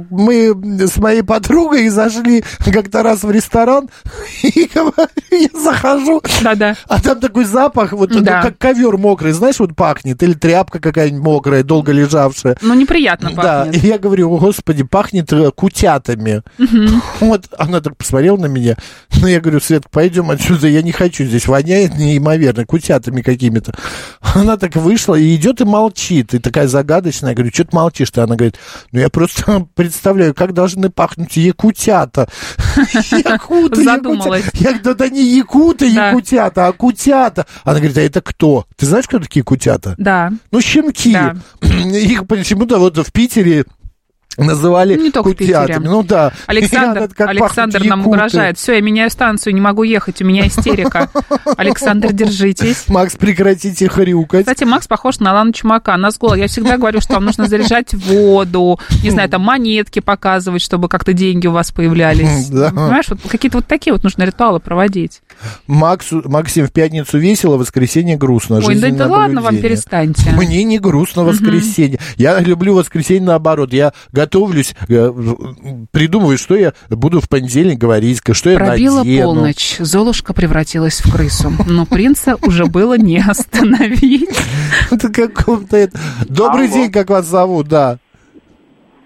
[SPEAKER 1] Мы с моей подругой зашли как-то раз в ресторан, (laughs) и я захожу,
[SPEAKER 2] Да-да.
[SPEAKER 1] а там такой запах, вот ну,
[SPEAKER 2] Да.
[SPEAKER 1] как ковер мокрый, знаешь, вот пахнет, или тряпка какая-нибудь мокрая, долго лежавшая.
[SPEAKER 2] Ну, неприятно
[SPEAKER 1] Да, и
[SPEAKER 2] пахнет.
[SPEAKER 1] я говорю, о, господи, пахнет э, кутятами. (laughs) Вот она так посмотрела на меня. Ну, я говорю, Свет, пойдем отсюда, я не хочу, здесь воняет неимоверно, кутятами какими-то. Она так вышла и идет и молчит, и такая загадочная. Я говорю, что ты молчишь-то? Она говорит, ну, я просто (laughs) представляю, как должны пахнуть якутята. (laughs) Якуты,
[SPEAKER 2] Задумалась.
[SPEAKER 1] якутя- Я говорю, да не якуты,
[SPEAKER 2] Да.
[SPEAKER 1] якутята, а кутята. Она говорит, а это кто? Ты знаешь, кто такие кутята?
[SPEAKER 2] Да.
[SPEAKER 1] Ну, щенки.
[SPEAKER 2] Да.
[SPEAKER 1] (clears throat) Их почему-то вот в Питере называли
[SPEAKER 2] Не только в
[SPEAKER 1] кутятами.
[SPEAKER 2] Питере.
[SPEAKER 1] Ну да. И она
[SPEAKER 2] Александр,
[SPEAKER 1] как
[SPEAKER 2] Александр
[SPEAKER 1] пахнут
[SPEAKER 2] нам
[SPEAKER 1] якуты.
[SPEAKER 2] угрожает. Все, я меняю станцию, не могу ехать, у меня истерика. Александр, держитесь.
[SPEAKER 1] Макс, прекратите хрюкать.
[SPEAKER 2] Кстати, Макс похож на Лану Чумака. Нас голос. Я всегда говорю, что вам нужно заряжать воду, не знаю, там монетки показывать, чтобы как-то деньги у вас появлялись.
[SPEAKER 1] Да.
[SPEAKER 2] Понимаешь, вот какие-то вот такие вот нужно ритуалы проводить.
[SPEAKER 1] Максу, Максим, в пятницу весело, в воскресенье грустно.
[SPEAKER 2] Ой, да,
[SPEAKER 1] Жизненное
[SPEAKER 2] да ладно вам,
[SPEAKER 1] наблюдение.
[SPEAKER 2] перестаньте.
[SPEAKER 1] Мне не грустно воскресенье. Я люблю воскресенье наоборот. Я готовлюсь, э, придумываю, что я буду в понедельник говорить, что я
[SPEAKER 2] Пробила
[SPEAKER 1] надену.
[SPEAKER 2] полночь, Золушка превратилась в крысу, но принца уже было не остановить.
[SPEAKER 1] (laughs) Это каком-то это- Добрый
[SPEAKER 5] Алло.
[SPEAKER 1] день, как вас зовут, да.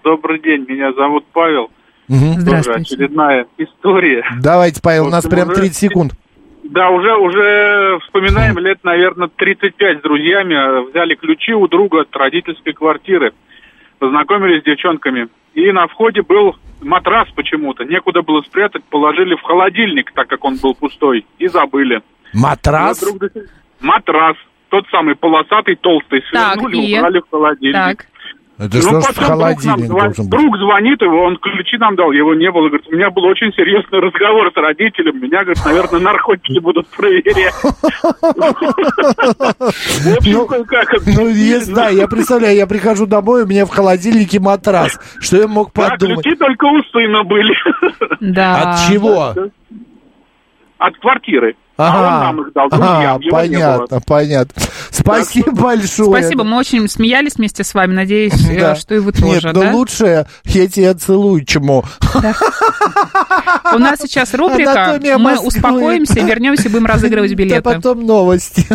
[SPEAKER 5] Добрый день, меня зовут Павел.
[SPEAKER 1] Мгм.
[SPEAKER 5] Тоже
[SPEAKER 2] Здравствуйте.
[SPEAKER 5] очередная история.
[SPEAKER 1] Давайте, Павел, у нас
[SPEAKER 5] Вот
[SPEAKER 1] прям
[SPEAKER 5] уже-
[SPEAKER 1] 30 секунд.
[SPEAKER 5] Да, уже, уже вспоминаем лет, наверное, 35 с друзьями. э, Взяли ключи у друга от родительской квартиры. Познакомились с девчонками. И на входе был матрас почему-то. Некуда было спрятать. Положили в холодильник, так как он был пустой. И забыли.
[SPEAKER 1] Матрас?
[SPEAKER 5] Вот друг до сих- Матрас. Тот самый полосатый, толстый.
[SPEAKER 2] Так,
[SPEAKER 5] Свернули,
[SPEAKER 2] и?
[SPEAKER 5] убрали в холодильник.
[SPEAKER 2] Так,
[SPEAKER 1] Это что ж в
[SPEAKER 5] Ну, потом
[SPEAKER 1] холодильник
[SPEAKER 5] друг, нам
[SPEAKER 1] должен
[SPEAKER 5] звонит,
[SPEAKER 1] быть?
[SPEAKER 5] друг звонит, его, он ключи нам дал, его не было. Говорит, у меня был очень серьезный разговор с родителем. Меня, говорит, наверное, наркотики будут проверять. В общем, как
[SPEAKER 1] Ну, я знаю, я представляю, я прихожу домой, у меня в холодильнике матрас. Что я мог
[SPEAKER 5] Да,
[SPEAKER 1] подумать?
[SPEAKER 5] ключи только у сына были. (laughs)
[SPEAKER 2] да.
[SPEAKER 1] От чего?
[SPEAKER 5] От квартиры. А
[SPEAKER 1] Ага,
[SPEAKER 5] он нам их дал,
[SPEAKER 1] Ага,
[SPEAKER 5] друзьям, его не было.
[SPEAKER 1] понятно, понятно. Спасибо большое.
[SPEAKER 2] Спасибо, мы очень смеялись вместе с вами. Надеюсь, э,
[SPEAKER 1] Да.
[SPEAKER 2] что и вы
[SPEAKER 1] Нет,
[SPEAKER 2] тоже,
[SPEAKER 1] ну
[SPEAKER 2] да?
[SPEAKER 1] лучше я тебя целую, чему.
[SPEAKER 2] У нас сейчас рубрика
[SPEAKER 1] Анатомия
[SPEAKER 2] «Мы
[SPEAKER 1] Москвы».
[SPEAKER 2] успокоимся, вернемся и будем разыгрывать
[SPEAKER 1] (laughs) Да
[SPEAKER 2] билеты».
[SPEAKER 1] потом новости.